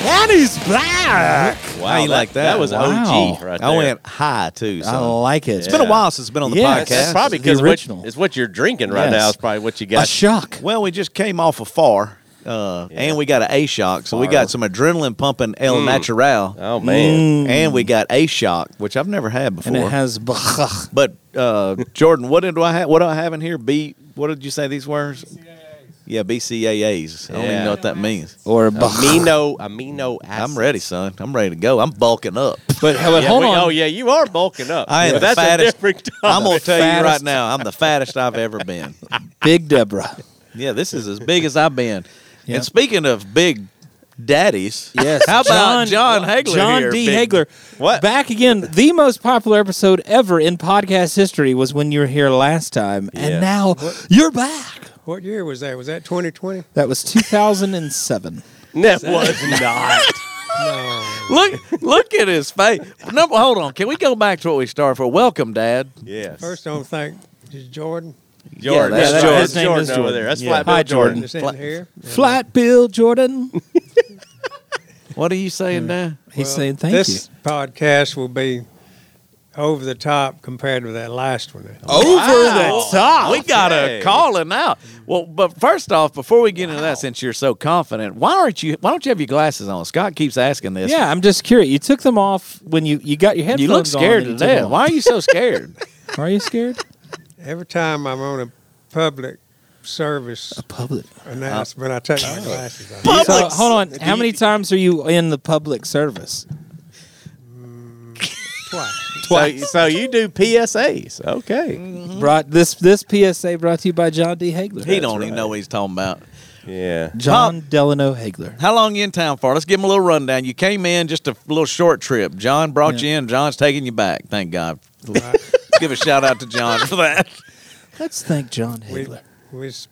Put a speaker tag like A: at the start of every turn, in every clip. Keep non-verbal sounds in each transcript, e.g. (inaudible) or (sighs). A: Johnny's back.
B: Wow,
C: How you
B: that,
C: like that?
B: was
A: Wow.
B: OG right there.
C: I went high too.
A: I
C: Son.
A: like it. It's
C: It's been a while since it's been on the
A: Yeah,
C: podcast.
A: it's
B: That's probably
A: The
B: because what,
A: original.
B: it's what you're drinking right
A: Yes.
B: now is probably what you
A: A
B: got.
A: shock.
C: Well, we just came off a far, uh, and we got an A shock, so we
B: Far. Mm.
C: got some adrenaline pumping El Natural,
B: oh man,
C: and we got A shock, which I've never had before.
A: Mm. And it has. Blah.
C: but uh, (laughs) Jordan, what do I have? What do I have in here? B. What did you say these words? Yeah, BCAAs. I don't
B: Yeah.
C: even know what that means.
A: Or a blah.
B: amino amino acid.
C: Mm. I'm ready, son. I'm ready to go. I'm
B: (laughs)
C: bulking up.
A: But, but
B: Yeah,
A: hold
B: we-
A: on.
B: Oh yeah, you are bulking up.
C: I am
B: But
C: the
B: that's
C: fattest-
B: a different topic.
C: I'm gonna tell you right
A: fattest-
C: now, I'm the fattest I've ever been.
A: Big Deborah.
C: Yeah, this is as big as I've been.
A: (laughs) Yeah.
C: And speaking of big daddies,
A: (laughs) Yes.
C: how about John, Hagler?
A: John
C: here,
A: D.
C: big-
A: Hagler.
C: What?
A: Back again. The most popular episode ever in podcast history was when you were here last time,
B: Yeah.
A: and now you're back.
D: What year was that? Was that 2020?
A: That was (laughs) 2007.
B: That was not.
C: (laughs) Look, look at his face. Number, hold on. Can we go back to what we started for? Welcome, Dad.
B: Yes.
D: First, I don't think is Jordan.
B: Jordan.
C: Yeah,
B: that's
C: that's
B: Jordan.
C: Jordan.
B: That's
A: His name
B: Jordan
A: is
B: over
A: Jordan.
B: there. That's
C: Yeah.
B: Flat
A: Hi,
B: Bill Jordan.
A: Jordan.
D: That's in here.
A: Flat Bill Jordan.
C: What are you saying now?
A: He's
D: Well,
A: saying thank
D: this podcast will be over the top compared to that last one.
A: you. Over
C: Wow.
A: the top.
C: We got
B: Okay.
C: a calling out. Well, but first off, before we get into that, since you're so confident, why aren't you? Why don't you have your glasses on? Scott keeps asking this.
A: Yeah, I'm just curious. You took them off when you, you got your headphones
C: you look
A: on and
C: scared to
A: you took
C: death.
A: them
C: Why
A: off.
C: are you
A: (laughs)
C: so scared?
A: Are you
C: (laughs)
A: scared?
D: Every time I'm on a public service
A: Public.
D: announcement, I take my
A: (laughs)
D: glasses off.
C: Public
A: So, hold on.
C: s-
A: How many times are you in the public service?
D: Twice.
B: So, so you do PSAs.
C: Mm.
B: Okay.
A: Brought this this PSA brought to you by John D. Hagler.
C: Mm-hmm. he don't even know what he's talking about.
B: Yeah.
A: John Delano Hagler.
C: How long you in town for? Let's give him a little rundown. You came in just a little short trip. John brought
A: Yeah.
C: you in. John's taking you back. Thank God.
D: Right.
C: give a shout out
B: (laughs)
C: to John for that.
A: Let's thank John
D: We
A: Hagler.
D: was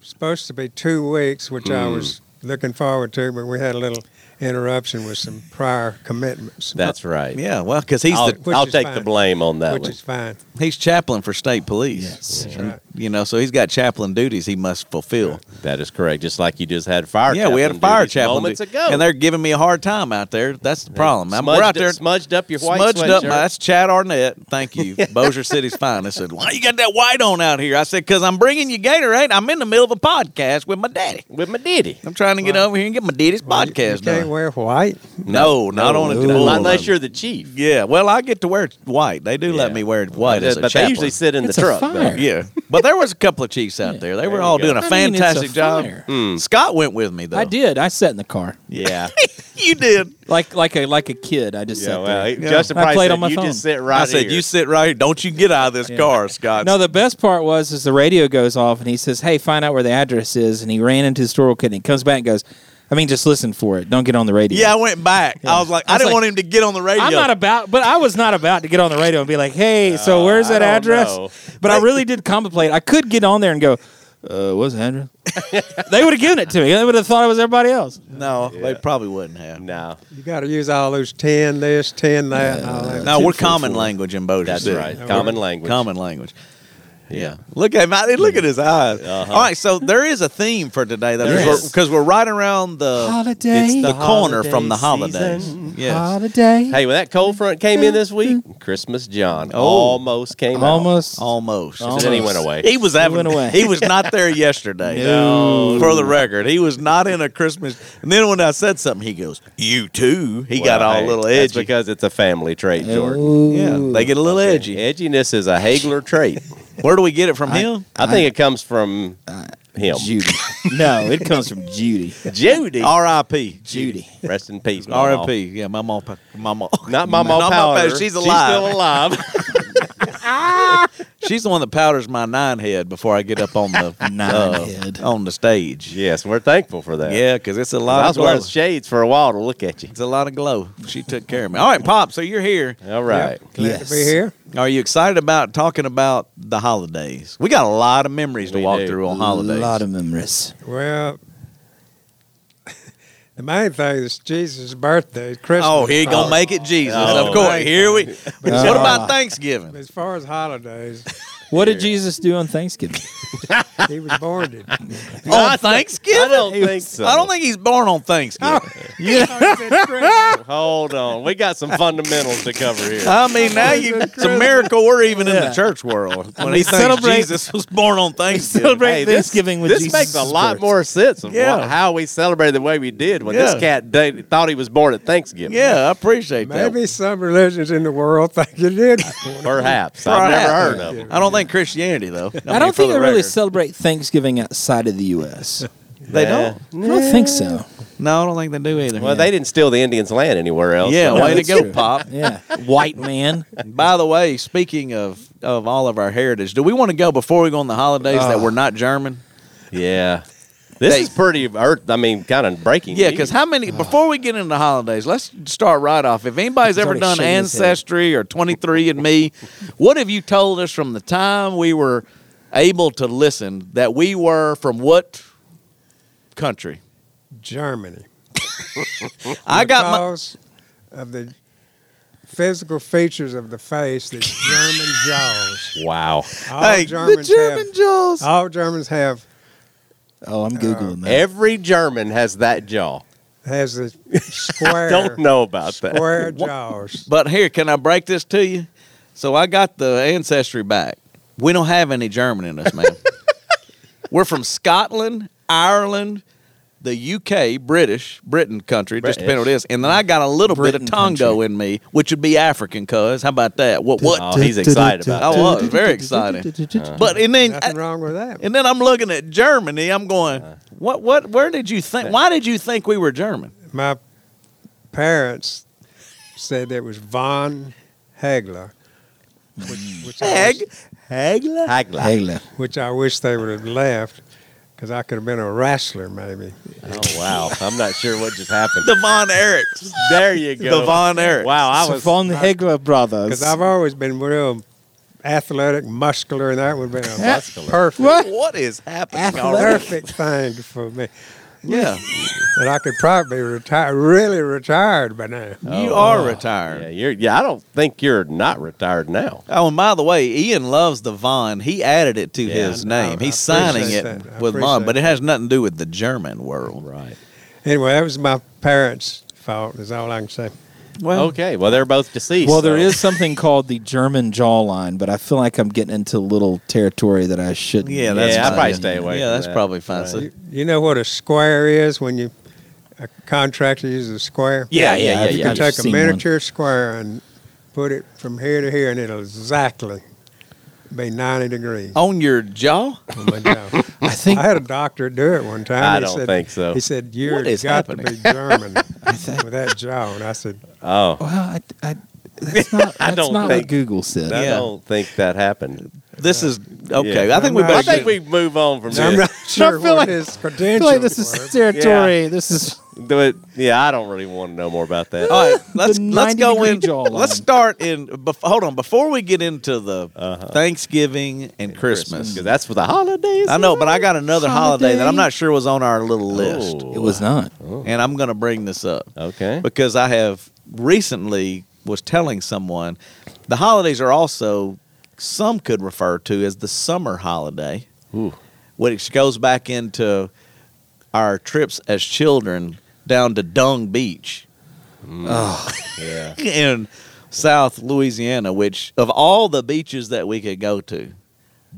D: supposed to be two weeks, which I was looking forward to, but we had a little interruption with some prior commitments.
B: That's right.
C: Yeah, well, because he's
B: I'll,
C: the
D: Which
B: I'll
D: is
B: take the
D: fine.
B: blame on that
D: which
B: one.
D: is fine.
C: he's chaplain for state police.
A: Yes.
D: That's right.
C: You know, so he's got chaplain duties he must fulfill.
B: that is correct. Just like you just had fire.
C: yeah, we had a
B: chaplain
C: fire
B: duties
C: chaplain
B: moments
C: duty,
B: ago,
C: and they're giving me a hard time out there. That's the problem. I'm,
B: smudged,
C: we're out there
B: smudged up your white
C: smudged up.
B: sweatshirt.
C: My, that's Chad Arnett.
B: (laughs)
C: Thank you, Bossier City's finest. Said, why you got that white on out here? I said, because I'm bringing you Gatorade. I'm in the middle of a podcast with my daddy.
B: with my ditty.
C: I'm trying to get over here and get my daddy's
D: Well, you-
C: podcast
D: You can't
C: done.
D: wear white.
C: No, not on a
B: Not
C: tour.
B: unless you're the chief.
C: Yeah, well, I get to wear white. They do let
B: Yeah.
C: me wear (laughs) white as a
B: but they
C: chaplain. (laughs)
B: usually sit in
A: It's
B: the
A: a
B: truck. though.
A: fire.
C: Yeah, but there was a couple of chiefs out there. They were
B: you
C: all
B: go.
C: doing a
A: I mean, it's a
C: fantastic job. Mm. Mm-hmm.
A: fire.
B: Hmm.
C: Scott went with me though.
A: I did. I sat in the car
C: (laughs) Yeah, you did.
A: like like a like a kid. I just
B: Yeah,
A: sat
B: well,
A: there.
B: he- Justin
A: I
B: Price
A: played
B: said,
A: on my
B: you
A: phone.
B: just sit right
C: I said,
B: here.
C: "You sit right here. Don't you get out of this car, Scott."
A: No, the best part was is the radio goes off and he says, "Hey, find out where the address is." And he ran into the store kid and he comes back and goes, "I mean, just listen for it. Don't get on the radio."
C: yeah, I went back. I was like, I,
A: I was
C: didn't
A: like,
C: want him to get on the radio.
A: I'm not about, but I was not about to get on the radio and be like, "Hey, so where's that
B: I don't
A: address?"
B: know.
A: But I really did contemplate. I could get on there and go, uh, "What's the address?" (laughs) they would have given it to me. They would have thought it was everybody else.
C: no, they probably wouldn't have. No,
B: No,
D: You got to use all those ten this, ten that, and all that.
C: we're common language in Bossier
B: that's
C: City.
B: right.
D: Yeah.
B: Common language.
C: Common language. Yeah. Look at him. I- Look at his eyes. All right. So there is a theme for today, though,
B: Uh-huh. There
C: because
B: is.
C: we're, 'cause we're right around the
A: Holiday.
C: It's the,
A: The
C: corner from the
B: holiday
C: holidays.
B: season.
C: Yes.
A: Holiday.
B: Hey, when that cold front came in
A: (laughs)
B: this week, Christmas John
C: Oh.
B: almost came out.
A: almost.
C: Almost.
A: Almost.
B: And then he went away.
C: He was having.
A: went away.
C: He was not there
B: (laughs)
C: yesterday.
A: No.
C: For the record, he was not in a Christmas. And then when I said something, he goes, "You too." He got all
B: hey,
C: little
B: that's
C: edgy.
B: because it's a family trait, Jordan.
C: yeah,
A: Ooh.
C: they get a little edgy.
B: Edginess is a Hagler
A: (laughs)
B: trait.
C: Where do we get it from him?
B: I think it comes from him.
A: Judy. no, it comes from Judy.
B: Judy.
C: Oh. R.I.P.
A: Judy.
B: Rest in peace. Mama.
C: R.I.P. Yeah, my mom. My mom.
B: Not my mom
C: Not (laughs) my
B: powder.
C: powder. She's alive.
B: still alive.
C: She's the one that powders my nine head before I get up on the
A: Nine
C: uh,
A: head.
C: on the stage.
B: (laughs) yes, we're thankful for that.
C: Yeah, because it's a
B: I
C: lot of
B: was
C: glow.
B: wearing shades for a while to look at you.
C: It's a lot of glow. She took care of me. All right, Pop. So you're here.
B: All right.
D: Glad
A: Yes.
D: to be here.
C: Are you excited about talking about the holidays? We got a lot of memories to
B: We
C: walk
B: do.
C: through on holidays.
A: A lot of memories.
D: Well, (laughs) the main thing is Jesus' birthday, Christmas.
C: oh, here you gonna make it, Jesus.
B: Oh.
C: of course. Here we. what about Thanksgiving?
D: As far as holidays,
A: What did Jesus do on Thanksgiving?
D: he was
C: (laughs)
D: born to.
C: on Oh, Thanksgiving?
B: I don't think so.
C: I don't think he's born on Thanksgiving.
B: Hold on, we got some fundamentals to cover here.
C: I mean, now you, it's a miracle we're even in the church world. When
A: We
C: he thinks
A: celebrate-
C: Jesus was born on Thanksgiving.
A: Celebrate
B: Hey, this-
A: Thanksgiving with
B: this
A: Jesus.
B: makes a lot
A: birth.
B: more sense of
C: Yeah.
B: wha- how we celebrate the way we did when
C: Yeah.
B: this cat dated, thought he was born at Thanksgiving.
C: Yeah, I appreciate that.
D: Maybe some religions in the world think you did.
B: Perhaps. I've never heard of them.
C: I don't think Christianity though.
A: I don't think they really celebrate Thanksgiving outside of the U.S.
C: They don't.
A: I don't think so.
C: No, I don't think they do either.
B: Well, they didn't steal the Indians' land anywhere else.
C: yeah,
B: so
C: way to
A: that's
C: go,
A: true.
C: Pop.
A: Yeah, white man.
C: By the way, speaking of of all of our heritage, do we want to go before we go on the holidays that we're not German?
B: Yeah. This
C: They-
B: is pretty earth. I mean, kind of breaking.
C: Yeah,
B: news.
C: because how many? Before we get into the holidays, let's start right off. If anybody's
A: He's
C: ever
A: already
C: done
A: shaking his head.
C: ancestry or twenty three and Me, what have you told us from the time we were able to listen that we were from what country?
D: Germany.
C: I got my
D: because of the physical features of the face
C: (laughs)
D: that German jaws.
B: wow,
D: All
C: Hey, the
D: Germans
C: German
D: have,
C: jaws.
D: all Germans have
A: Oh, I'm googling that.
B: every German has that jaw.
C: (laughs)
D: has the square
B: Don't know about that. (laughs)
D: square jaws.
C: But here, can I break this to you? So I got the ancestry back. We don't have any German in
B: (laughs)
C: us, man. We're from Scotland, Ireland, the UK, British, Britain country, just depending on what it is. And then I got a little
A: Britain
C: bit of Tongo
A: country.
C: in me, which would be African, cuz. How about that? What?
B: Oh,
C: What?
B: he's excited
C: I
B: about it.
A: (laughs)
C: was very excited. (laughs)
A: Uh,
C: But and then
D: Nothing wrong with that.
C: and then I'm looking at Germany. I'm going,
B: Uh-huh.
C: what? What? Where did you think? Why did you think we were German?
D: My parents said it was von Hagler,
C: Mm.
D: which, which, I wish,
C: Hag, Hagler.
B: Hagler.
A: Hagler.
D: which I wish they would have left because I could have been a wrestler maybe.
B: Oh wow, I'm not sure what just happened.
C: The Von Erichs.
B: there you go.
C: The Von
B: (laughs)
C: Erichs.
B: Wow, I
A: So
B: was.
A: Von Hegler brothers.
D: Because I've always been real athletic, muscular, and that would have
C: (laughs)
D: been a
B: Muscular.
D: perfect,
A: What?
C: What is happening? already?
D: perfect thing for me.
C: Yeah,
D: And I could probably retire, really retired by now.
C: you are
B: Yeah,
C: retired.
B: you're. Yeah, I don't think you're not retired now.
C: Oh, and by the way, Ian loves the Von. He added it to
B: Yeah,
C: his
B: I
C: name.
D: I
C: He's signing
D: appreciate
C: it
D: that. I
C: with Von,
D: appreciate
C: but it has nothing to do with the German world.
B: Right.
D: Anyway, that was my parents' fault. Is all I can say.
C: Well,
B: okay. Well, they're both deceased.
A: Well, there
B: so-
A: is something called the German jawline, but I feel like I'm getting into a little territory that I shouldn't.
C: yeah, that's
B: Yeah, I'd
C: fine.
B: probably stay away
C: Yeah,
B: from
C: that's
B: that.
C: probably fine. So-
D: You, you know what a square is when you a contractor uses a square.
B: Yeah, yeah, yeah,
D: You
B: yeah.
D: can
A: I've
D: take a
A: seen one.
D: miniature square and put it from here to here, and it'll exactly be ninety degrees.
A: Oh.
C: on your jaw?
D: on my job.
A: (laughs) I think
D: I had a doctor do it one time.
B: I
D: He
B: don't
D: said-
B: think so.
D: He said, "You're
C: What is
D: got to
C: happening?"
D: be
A: (laughs)
D: German with that jaw," and I said,
B: Oh,
A: Well, I, I, that's not,
B: I
A: that's
B: don't
A: not
B: think-
A: what Google said.
B: I
C: Yeah.
B: don't think that happened.
C: This is okay.
B: Yeah.
C: I think we
D: I'm not-
C: better.
B: I think we
C: get-
B: move on from
A: (laughs)
D: "I'm
B: this.
C: (laughs)
D: not sure
A: feel like-
D: what his
A: I
D: credentials
A: feel like this is
D: were."
A: territory. This is
B: But yeah, I don't really want to know more about that.
C: All right, let's
A: The 90
C: let's go
A: degree
C: in.
A: jawline.
C: Let's start in. Bef- hold on, before we get into the Thanksgiving and Christmas,
B: because that's for the holidays.
C: I know, but I got another holiday, that I'm not sure was on our little list,
B: Oh.
A: it was not.
C: and I'm going to bring this up
B: Okay.
C: because I have recently was telling someone the holidays are also some could refer to as the summer holiday,
B: Ooh.
C: which goes back into our trips as children down to Dung Beach (laughs)
B: Yeah.
C: in South Louisiana, which of all the beaches that we could go to,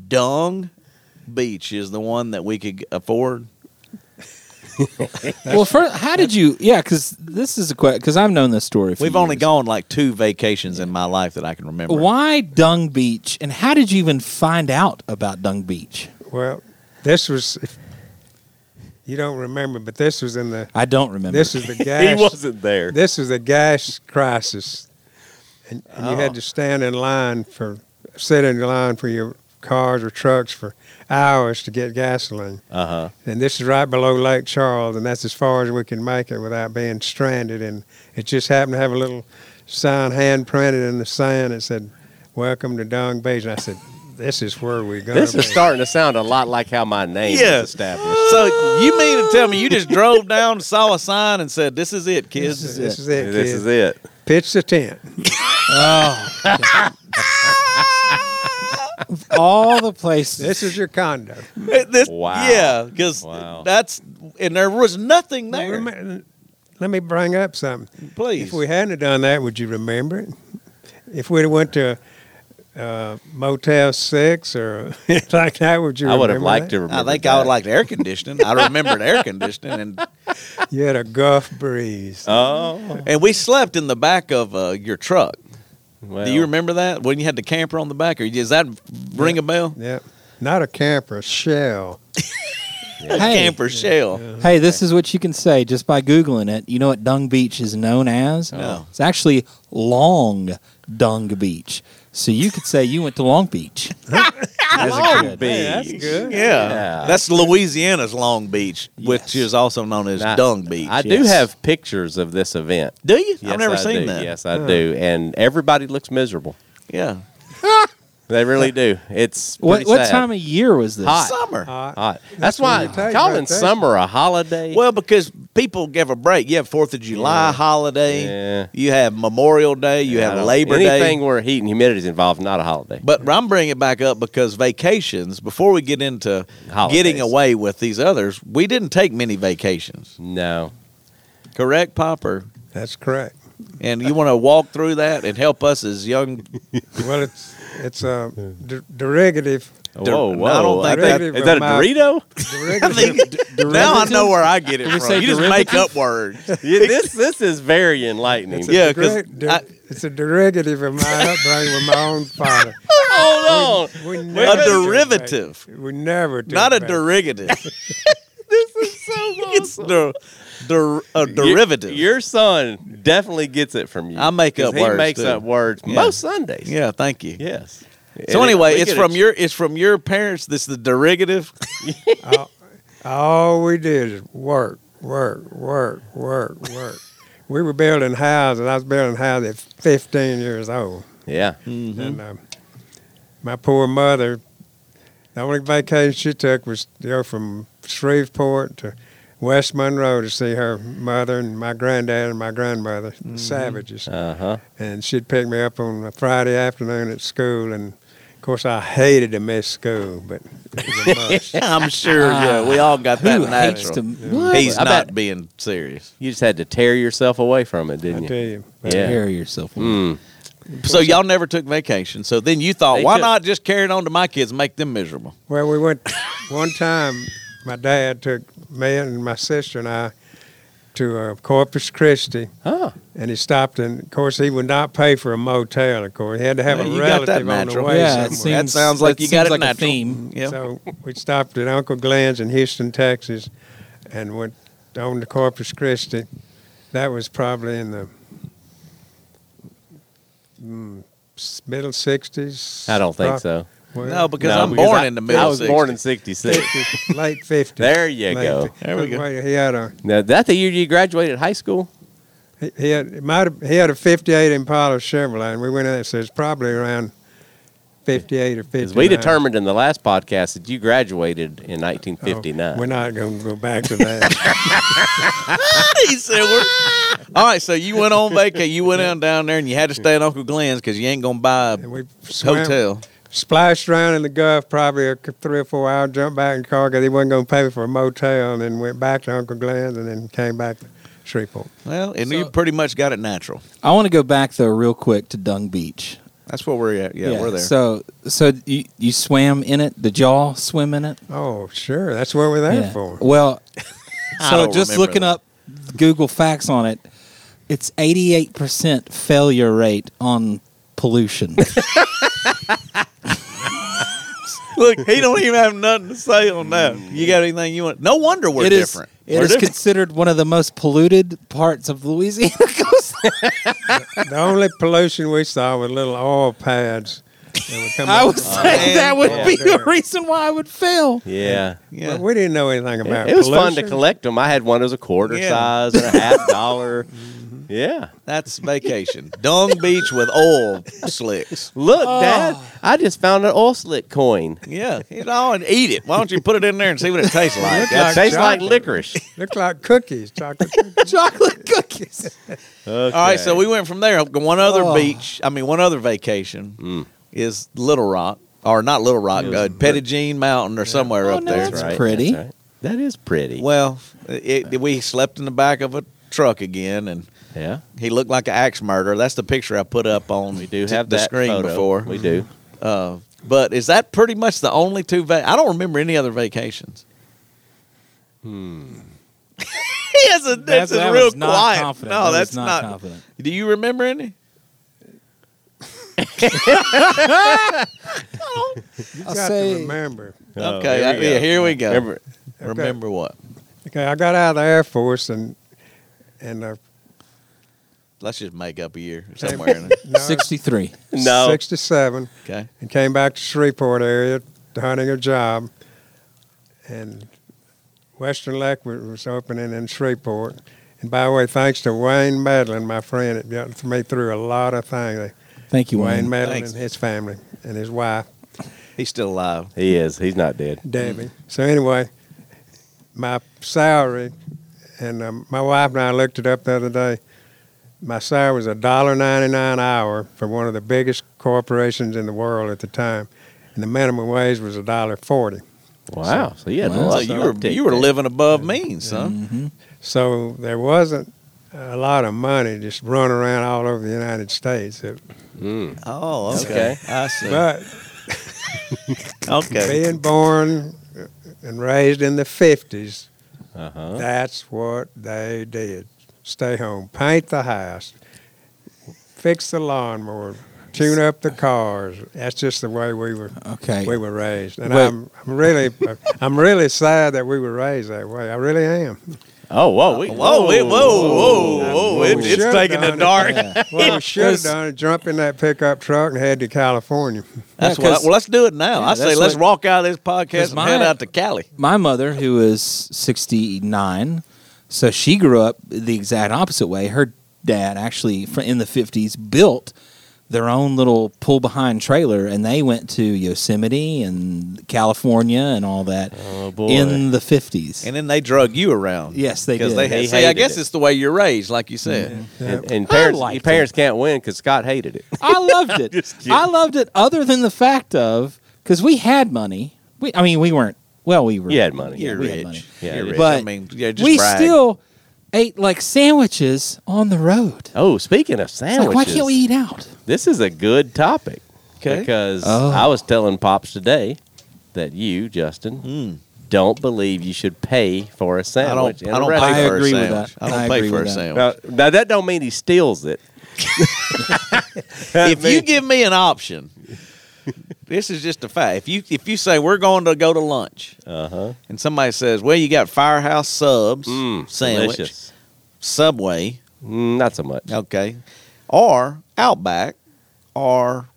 C: Dung Beach is the one that we could afford.
A: Well, first, how did you? Yeah, because this is a question. Because I've known this story. For
C: We've only
A: years.
C: gone like two vacations in my life that I can remember.
A: Why Dung Beach, and how did you even find out about Dung Beach?
D: Well, this was. if- You don't remember, but this was in the.
A: I don't remember. (laughs)
D: This is the
B: He
D: gas.
B: wasn't there.
D: This is the gas crisis, and, and you had to stand in line for, sit in line for your cars or trucks for hours to get gasoline.
B: Uh huh.
D: And this is right below Lake Charles, and that's as far as we can make it without being stranded. And it just happened to have a little sign hand printed in the sand that said, "Welcome to Dong Beach." And I said, "This is where we're going."
B: This is starting to sound a lot like how my name
C: Yeah.
B: is established.
C: So you mean to tell me you just drove down, saw a sign, and said, "This is it, kids."
D: This is, this is it.
B: This
D: kid.
B: is it.
D: Pitch the tent.
A: all the places.
D: This is your condo.
C: It- this-
B: Wow.
C: Yeah, because
B: Wow.
C: that's and there was nothing
D: Now,
C: there.
D: remem- Let me bring up something.
C: Please,
D: If we hadn't have done that, would you remember it? If we'd have went to uh, Motel Six or (laughs) like that, would you?
B: I would have
D: remember
B: liked to
D: that?
B: remember.
C: I think
B: that.
C: I would like the air conditioning. I remembered air conditioning, and
D: You had a guff breeze.
C: Uh-huh.
B: Oh,
C: and we slept in the back of uh, your truck.
B: well,
C: Do you remember that when you had the camper on the back? Or does that ring a bell?
D: Yep. Not a camper, a shell.
A: Hey,
C: Camper shell.
A: hey, this is what you can say just by Googling it. You know what Dung Beach is known as?
C: No.
A: It's actually Long Dung Beach. So you could say you went to Long Beach.
B: That's a good
A: Hey,
D: that's
B: beach.
D: good.
C: Yeah.
B: Yeah.
C: that's Louisiana's Long Beach, which is also known as
B: Now,
C: Dung Beach.
B: I do
A: yes.
B: have pictures of this event.
C: Do you?
B: Yes,
C: I've never
B: I
C: seen
B: do.
C: that.
B: Yes, I do. And everybody looks miserable.
C: Yeah,
B: They really do. It's
A: What,
B: pretty
A: what
B: sad.
A: time of year was this?
B: Hot.
C: summer.
D: Hot.
B: Hot. That's,
D: what
B: why
D: you take
B: calling
D: vacation.
B: summer a holiday.
C: Well, because people give a break. You have Fourth of July holiday.
B: Yeah.
C: You have Memorial Day. You
B: eh, I
C: have
B: don't-
C: Labor
B: anything
C: Day.
B: Anything where heat and humidity is involved, not a holiday.
C: But I'm bringing it back up because vacations. Before we get into
B: Holidays.
C: getting away with these others, we didn't take many vacations.
B: no.
C: Correct, Popper.
D: That's correct.
C: And you want to walk through that and help us as young.
D: Well, it's it's a de- derivative.
B: Whoa,
C: no,
B: whoa.
C: I don't think
B: I
D: that-
B: is that a
D: my-
B: Dorito?
C: (laughs) I
D: derivative
C: think, (laughs) now I know where I get it
A: we
C: from.
A: say
C: You just make
A: (laughs)
C: up words.
B: Yeah, this this is very enlightening.
D: it's a
C: Yeah, 'cause
D: deri- de-
C: I-
D: it's a derivative of my upbringing with my
C: (laughs)
D: own father.
B: Hold on.
D: We
C: A
D: never took
C: derivative,
D: vac- We never took
C: not a
D: vac-
C: derivative.
A: (laughs)
B: This is (laughs) so
C: it's der, der, a
B: Your-
C: derivative.
B: Your, son definitely gets it from you.
C: I make
B: 'Cause
C: up
B: he
C: words,
B: makes
C: too.
B: up words
C: Yeah.
B: most Sundays.
C: yeah, thank you.
B: Yes.
C: So
B: And it-
C: anyway,
B: we
C: it's
B: get
C: from
B: a-
C: your it's from your parents. This is the derivative.
D: All we did is work, work, work, work, work. we were building houses. I was building houses at 15 years old.
B: Yeah.
D: And um, my poor mother, the only vacation she took was to go from Shreveport to West Monroe to see her mother and my granddad and my grandmother, savages.
B: Uh huh.
D: And she'd pick me up on a Friday afternoon at school. And of course, I hated to miss school, but it was a must.
C: (laughs) I'm sure. yeah, we all got that
A: Who hates
C: natural.
A: to? What?
C: He's
B: I
C: not
B: bet-
C: being serious.
B: You just had to tear yourself away from it,
D: I
B: didn't
D: tell
B: you?
D: you.
B: (laughs) Yeah.
A: Tear yourself.
B: Mm.
C: So y'all never took vacation. So then you thought,
B: They
C: why
B: took-
C: not just carry it on to my kids, and make them miserable?
D: Well, we went one time. My dad took me and my sister and I to uh, Corpus Christi,
B: Huh.
D: and he stopped. And of course, he would not pay for a motel. Of course, he had to have
C: Well,
D: a
C: you got that
D: relative on the
C: natural.
D: way
A: Yeah, it
D: somewhere.
A: seems-
C: that sounds like
A: that
C: you
A: seems
C: got it
A: like a
C: natural.
A: theme.
C: Yeah.
D: So we stopped at Uncle Glenn's in Houston, Texas, and went on to Corpus Christi. That was probably in the mm, s- middle '60s.
B: I don't think
D: prob-
B: so.
D: well,
C: no, because
B: No,
C: I'm born
B: I-
C: in the middle.
B: I was
C: 60s.
B: born in '66.
D: (laughs) 50s, late '50s.
B: There you
D: Late
B: go.
D: 50s.
C: There we go.
D: Wait, He had a
B: now, that the year you graduated high school?
D: He- He had it might have, he had a '58 Impala Chevrolet, and we went out. So it's probably around '58 or
B: Because
D: '59.
B: we determined in the last podcast that you graduated in
D: Oh,
B: 1959.
D: we're not going to go back
B: (laughs)
D: to that.
C: (laughs) He said, "We're-" (laughs) all right." So you went on vacation. You went on down there, and you had to stay at Uncle Glenn's because you ain't gonna buy a
D: and we swam,
C: hotel.
D: splashed around in the Gulf, probably a c- three or four hour. Jumped back in the car because he wasn't going to pay for a motel, and then went back to Uncle Glenn's, and then came back to Shreveport.
C: Well, and
A: So-
C: you pretty much got it natural.
A: I want to go back though, real quick, to Dung Beach.
C: That's where we're at. Yeah, we're there.
A: So, so you, you swam in it? Did y'all swim in it?
D: Oh, sure, that's what we're there
A: Yeah.
D: for.
A: Well,
C: (laughs) I
A: so
C: don't
A: just
C: remember
A: looking
C: that.
A: up Google facts on it, it's 88% failure rate on pollution.
C: Look, he don't even have nothing to say on that. You got anything you want? No wonder we're
A: It is-
C: different.
A: It
C: we're
A: is
C: different.
A: considered one of the most polluted parts of Louisiana (laughs) coastline.
D: the only pollution we saw were little oil pads. That would come
A: I
D: up
B: Oh,
C: Oh,
A: would
D: from-
A: say
C: and-
A: that would
D: Yeah.
A: be the reason why I would fail. (laughs)
B: yeah.
C: yeah.
D: But we didn't know anything about
B: It, was fun to
D: pollution.
B: collect them. I had one that was a quarter
C: Yeah.
B: size and a half dollar. Yeah.
C: That's vacation. Dung Beach with oil slicks.
B: Look, Dad, I just found an oil slick coin.
C: Yeah, it all and eat it. Why don't you put it in there and see what it tastes like?
B: That
D: like
B: tastes like
D: chocolate.
B: licorice.
D: Looked like cookies, chocolate
B: (laughs)
C: (laughs)
D: cookies.
A: Chocolate cookies.
C: All right, so we went from there. One other
A: Oh.
C: beach, I mean, one other vacation is Little Rock. or not Little Rock,
B: It was
C: uh, Pettigene Mountain or somewhere up there.
A: Oh, that's right. pretty.
B: That's right. That is pretty.
C: Well, it, it- we slept in the back of a truck again, and
B: yeah.
C: he looked like an axe murderer. That's the picture I put up on.
B: We do have
C: (laughs) the
B: that
C: screen
B: photo.
C: before.
B: We do.
C: Uh, but is that pretty much the only two? Va- I don't remember any other vacations. Hmm. (laughs) he has a that's
A: that
C: a real
A: was not
C: quiet.
A: confident.
C: No,
A: That was
C: that's
A: not
C: not.
A: confident.
C: Do you remember any?
D: You
A: I'll
D: got
A: say-
D: to remember.
B: Oh,
C: okay,
B: here
C: I-
B: we go.
C: yeah, here we go. Remember,
D: Okay.
C: what?
D: Okay, I got out of the Air Force and
B: (laughs)
D: and uh,
C: Let's just make up a year
D: Same-
C: somewhere. in it.
D: no,
A: 63.
B: No.
D: 67
C: Okay.
D: and came back to Shreveport area to hunting a job. And Western Lake wa- was opening in Shreveport. And by the way, thanks to Wayne Madeline, my friend, it got me through a lot of things.
A: Thank you,
D: Wayne
A: Wayne.
D: Madeline
C: Thanks.
D: and his family and his wife,
C: He's still alive.
B: He is. He's not dead.
D: Debbie. So anyway, my salary, and um, my wife and I looked it up the other day. My salary was a dollar ninety nine hour for one of the biggest corporations in the world at the time, and the minimum wage was a dollar forty.
B: Wow. So, you had a
A: Wow.
B: lot
C: So
B: of
C: you were
B: uptick
C: you were
B: there.
C: living above means, huh?
A: Mm-hmm.
D: So there wasn't a lot of money just run around all over the United States. It-
B: Mm.
C: Oh, okay. I see.
D: but
C: Okay.
D: being born and raised in the 50s,
B: Uh-huh.
D: that's what they did. Stay home, paint the house, fix the lawnmower, tune up the cars. That's just the way we were
A: Okay.
D: we were raised. And
A: Well-
D: I'm, I'm really I'm really sad that we were raised that way. I really am.
B: Oh, whoa. We,
C: Whoa, it- whoa, whoa, whoa! it-
D: We
C: it's
D: should've
C: taking the
D: done it.
C: dark. (laughs)
D: Well, we should have done it, jump in that pickup truck and head to California.
C: That's
A: Yeah,
C: what. I,
A: 'cause-
C: well, let's do it now.
A: Yeah,
C: I say
A: that's
C: let's
A: what-
C: walk out of this podcast
A: 'Cause
C: and
A: my-
C: head out to Cali.
A: my mother, who was 69, so she grew up the exact opposite way. Her dad actually, fr- in the 50s, built their own little pull behind trailer and they went to Yosemite and California and all that
B: Oh, boy.
A: in the 50s.
C: And then they drug you around.
A: Yes, they did.
C: They
A: They Mm-hmm.
C: see, I
B: hated
C: guess
B: it.
C: it's the way you're raised, like you said.
B: and, and parents,
A: liked
B: parents can't win because Scott hated it.
A: I loved it.
B: (laughs) Just kidding.
A: I loved it other than the fact of because we had money. We, I mean, we weren't, well, we were.
B: You had money.
A: Yeah,
C: You're
A: we
C: rich.
A: had money.
B: Yeah,
C: you're
B: it
C: rich.
B: is.
A: But
C: I mean, yeah, just
A: We
C: brag.
A: still ate like sandwiches on the road.
B: Oh, speaking of
A: It's like,
B: sandwiches,
A: why can't we eat out?
B: this is a good topic
C: 'Kay.
B: because
A: Oh.
B: I was telling Pops today that you, Justin,
C: Mm.
B: don't believe you should pay for a
C: I
B: sandwich.
C: don't.
B: in
C: I don't
B: a
C: pay
B: restaurant.
A: I
C: for
A: agree
C: a
A: with
C: sandwich.
A: that.
C: I don't
A: I
C: pay
A: agree
C: for a
A: with that.
B: Now,
C: sandwich.
B: now that don't mean he steals
C: (laughs)
B: it.
C: if you give me an option, this is just a fact. If you if you say we're going to go to lunch,
B: Uh huh.
C: and somebody says, "Well, you got Firehouse Subs
B: Mm,
C: sandwich,
B: delicious.
C: Subway,
B: Mm, not so much.
C: okay, or Outback, or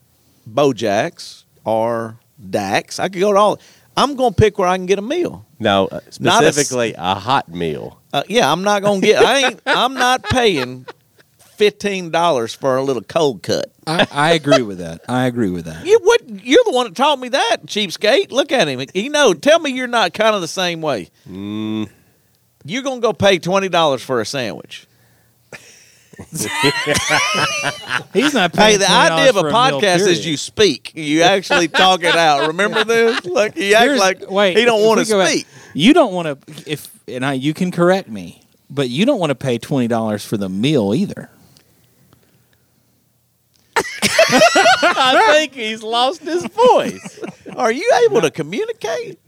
C: Bojack's, or Dax," I could go to all. I'm gonna pick where I can get a meal.
B: No, uh,
C: Not a s-
B: specifically a, hot meal.
C: Uh, yeah, I'm not gonna get.
A: (laughs)
C: I ain't. I'm not paying fifteen dollars for a little cold cut.
A: I, I agree with that. I agree with
C: (laughs)
A: that.
C: You what? You're the one that taught me that, cheapskate. Look at him. He know. Tell me you're not kind of the same way.
B: Mm,
C: You're gonna go pay twenty dollars for a sandwich.
A: He's not
C: Hey,
A: paying.
C: the
A: $20
C: idea of a
A: for meal,
C: podcast is
A: period.
C: you speak. You actually talk it out.
A: (laughs)
C: Remember this? Like he act
A: Here's-
C: like
A: wait,
C: he don't
A: if
C: want
A: we
C: to
A: go back-
C: speak.
A: you don't want to. If and I, you can correct me, but you don't want to pay twenty dollars for the meal either.
B: I think he's lost his voice.
C: Are you able to communicate?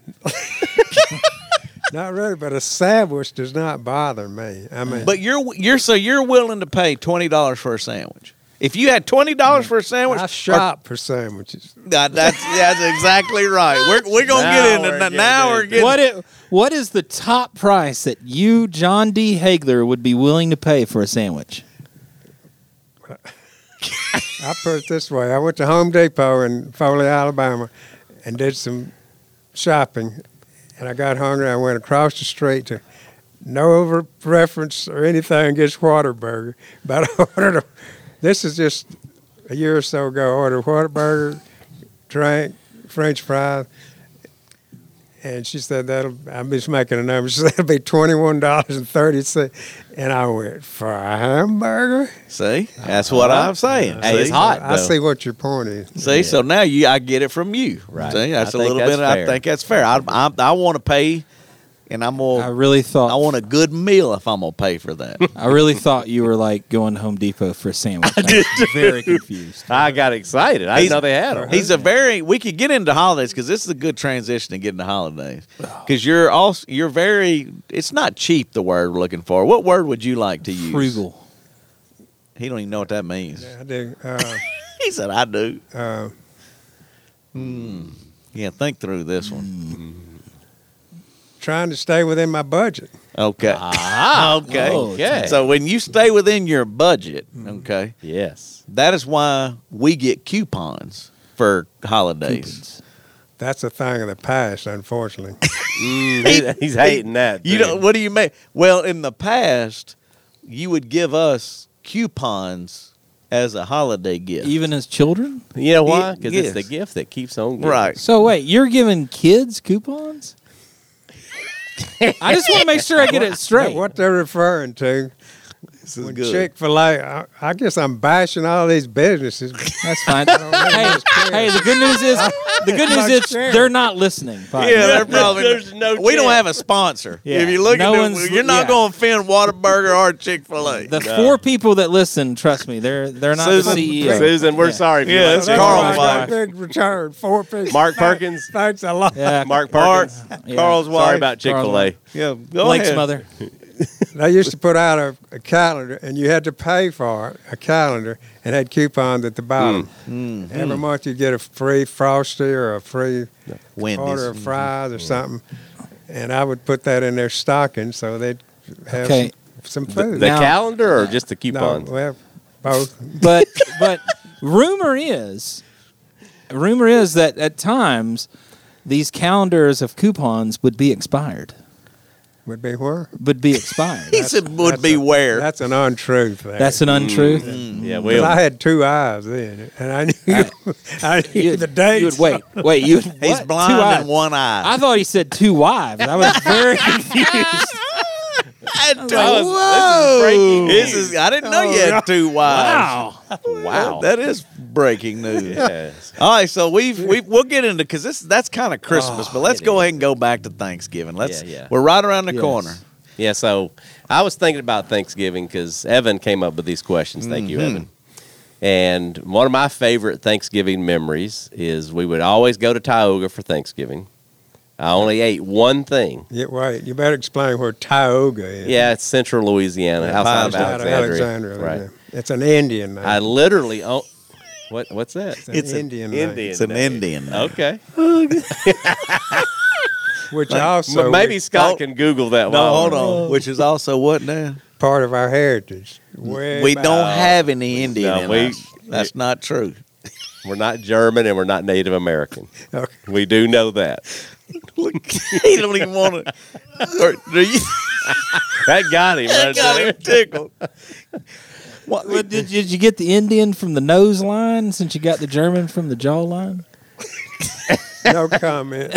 D: Not really, but a sandwich does not bother me. I mean,
C: But you're you're so you're willing to pay twenty dollars for a sandwich. If you had twenty dollars for a sandwich,
D: I
C: or-
D: shop for sandwiches.
C: That- that's that's exactly right. We're we're gonna
B: Now
C: get into
B: we're
C: now.
B: getting
C: we're
B: into
A: (laughs)
C: getting
A: What it, What is the top price that you, John D. Hagler, would be willing to pay for a sandwich?
D: I put it this way: I went to Home Depot in Foley, Alabama, and did some shopping, and I got hungry. I went across the street to no over preference or anything against Waterburger, but I (laughs) ordered. A, this is just a year or so ago. I ordered Waterburger, drank French fries, And she said, "That'll." I'm just making a number. (laughs) She said, "That'll be twenty-one dollars and thirty cents." And I went for a hamburger.
C: See, that's what
B: Uh-huh.
C: I'm saying.
B: Hey, it's
C: See?
B: hot,
D: I
B: though.
D: see what your point is.
C: See, so now you, I get it from you.
B: Right.
C: See, that's
B: I
C: a
B: think
C: little
B: that's
C: bit.
B: fair.
C: I think that's fair. I, I, I want to pay, and I'm gonna.
A: I really thought
C: I want a good meal if I'm gonna pay for that.
B: (laughs)
A: I really thought you were like going to Home Depot for a sandwich. (laughs) I did. Very confused.
B: I got excited. I didn't know they had them.
C: He's a very. We could get into holidays because this is a good transition to get into holidays.
A: Oh.
C: Because you're also you're very. It's not cheap. The word we're looking for. What word would you like to use?
A: Frugal.
C: He don't even know what that means.
D: I do. Uh,
C: (laughs) He said, "I do."
D: uh,
C: Yeah, think through this
A: Mm.
C: one.
D: trying to stay within my budget.
C: Okay.
B: Ah,
C: okay.
A: Whoa,
B: okay.
C: So when you stay within your budget,
A: Mm.
C: okay,
B: yes.
C: that is why we get coupons for holidays.
D: That's a thing of the
A: (laughs)
D: past, unfortunately.
B: Mm, he- he's hating that.
C: You
B: dude.
C: know what do you make? Well, in the past, you would give us coupons as a holiday gift.
A: Even as children?
B: You know why?
C: It-
B: Because
C: yes.
B: it's the gift that keeps on giving. (laughs)
C: right.
A: So wait, you're giving kids coupons? I just want to make sure I get it straight.
D: What they're referring to
C: This is
D: when
C: good.
D: Chick Fil A. I, I guess I'm bashing all these businesses. (laughs)
A: That's fine.
D: don't know
A: hey,
D: what's good.
A: hey, the good news is the good news is they're not listening. probably.
C: yeah, they're probably.
B: (laughs) There's no
C: we don't
B: chance.
C: have a sponsor.
A: Yeah.
C: If you look
A: No
C: at
A: one's-
C: it, you're not
A: yeah.
C: going to offend Whataburger or Chick Fil A.
A: The four people that listen, trust me, they're they're not
B: Susan,
A: the E CEO.
B: Susan, we're
A: Yeah.
B: sorry. If you
C: Yeah,
B: like
C: it's
B: Chick-fil-A.
C: Carl
D: I
C: Mark.
D: got big return. Four picks.
B: Mark Perkins.
D: Thanks a lot.
A: Yeah.
B: Mark
C: Mark,
B: Perkins.
A: Yeah.
C: Carl's wife.
B: Sorry about Chick Fil A.
C: yeah, go
A: Blake's
C: ahead.
A: mother.
D: They used to put out a, a calendar, and you had to pay for it, a calendar, and had coupons at the bottom.
C: Mm.
D: Every month you get a free frosty or a free
C: Wendy's.
D: order of fries or something, and I would put that in their stocking so they'd have
A: Okay.
D: some, some
B: The,
D: food.
B: the
A: Now-
B: calendar or just the
D: no,
B: coupons?
D: well, both.
A: But but rumor is rumor is that at times these calendars of coupons would be expired.
D: Would be where?
A: Would be expired.
C: He said would
D: That's
C: be
D: a-
C: where.
D: That's an untruth. There.
A: That's an untruth.
B: yeah, we
D: 'Cause I had two eyes then, and I knew, (laughs) I knew
A: You'd-
D: the date.
A: You would wait. Wait, (laughs) you would,
C: He's
A: what?
C: blind
A: Two
C: in
A: eyes.
C: one eye.
A: I thought he said two wives. I was very confused.
C: (laughs) I don't-
B: was- this is breaking
C: This
B: news.
C: is- I didn't know you had two wives.
A: Wow.
B: wow.
C: That is breaking news.
B: Yes.
C: (laughs) All right, so we've we we'll get into because this that's kind of Christmas, but let's
B: it
C: go ahead and go back to Thanksgiving. Let's
B: Yeah, yeah.
C: we're right around the
A: Yes.
C: corner.
B: Yeah, so I was thinking about Thanksgiving because Evan came up with these questions. Thank you, Evan. And one of my favorite Thanksgiving memories is we would always go to Tioga for Thanksgiving. I only ate one thing.
D: Yeah, wait. You better explain where Tioga is.
B: Yeah, it's central Louisiana, outside of
D: It's out of
B: Alexandria.
D: Alexandria,
B: Right.
D: yeah. It's an Indian name.
B: I literally oh, what what's that?
C: (laughs)
D: an It's an Indian name. Indian
C: It's an Indian. name.
B: Okay.
D: which also
B: M- maybe
D: is
B: Scott
C: oh,
B: can Google that
C: No,
B: while
C: hold
B: we're-
C: on. Which is also what now?
D: part of our heritage. Way
C: We
D: back.
C: don't have any Indian.
B: No,
C: in
B: we-
C: us. That's not true.
B: We're not German and we're not Native American.
D: Okay.
B: We do know that. (laughs)
C: Look, he don't even want to. Or, do you
B: That got him.
C: I
B: right
C: got
B: there.
C: him tickled? What,
A: But did, did you get the Indian from the nose line since you got the German from the jaw line?
D: (laughs) No comment.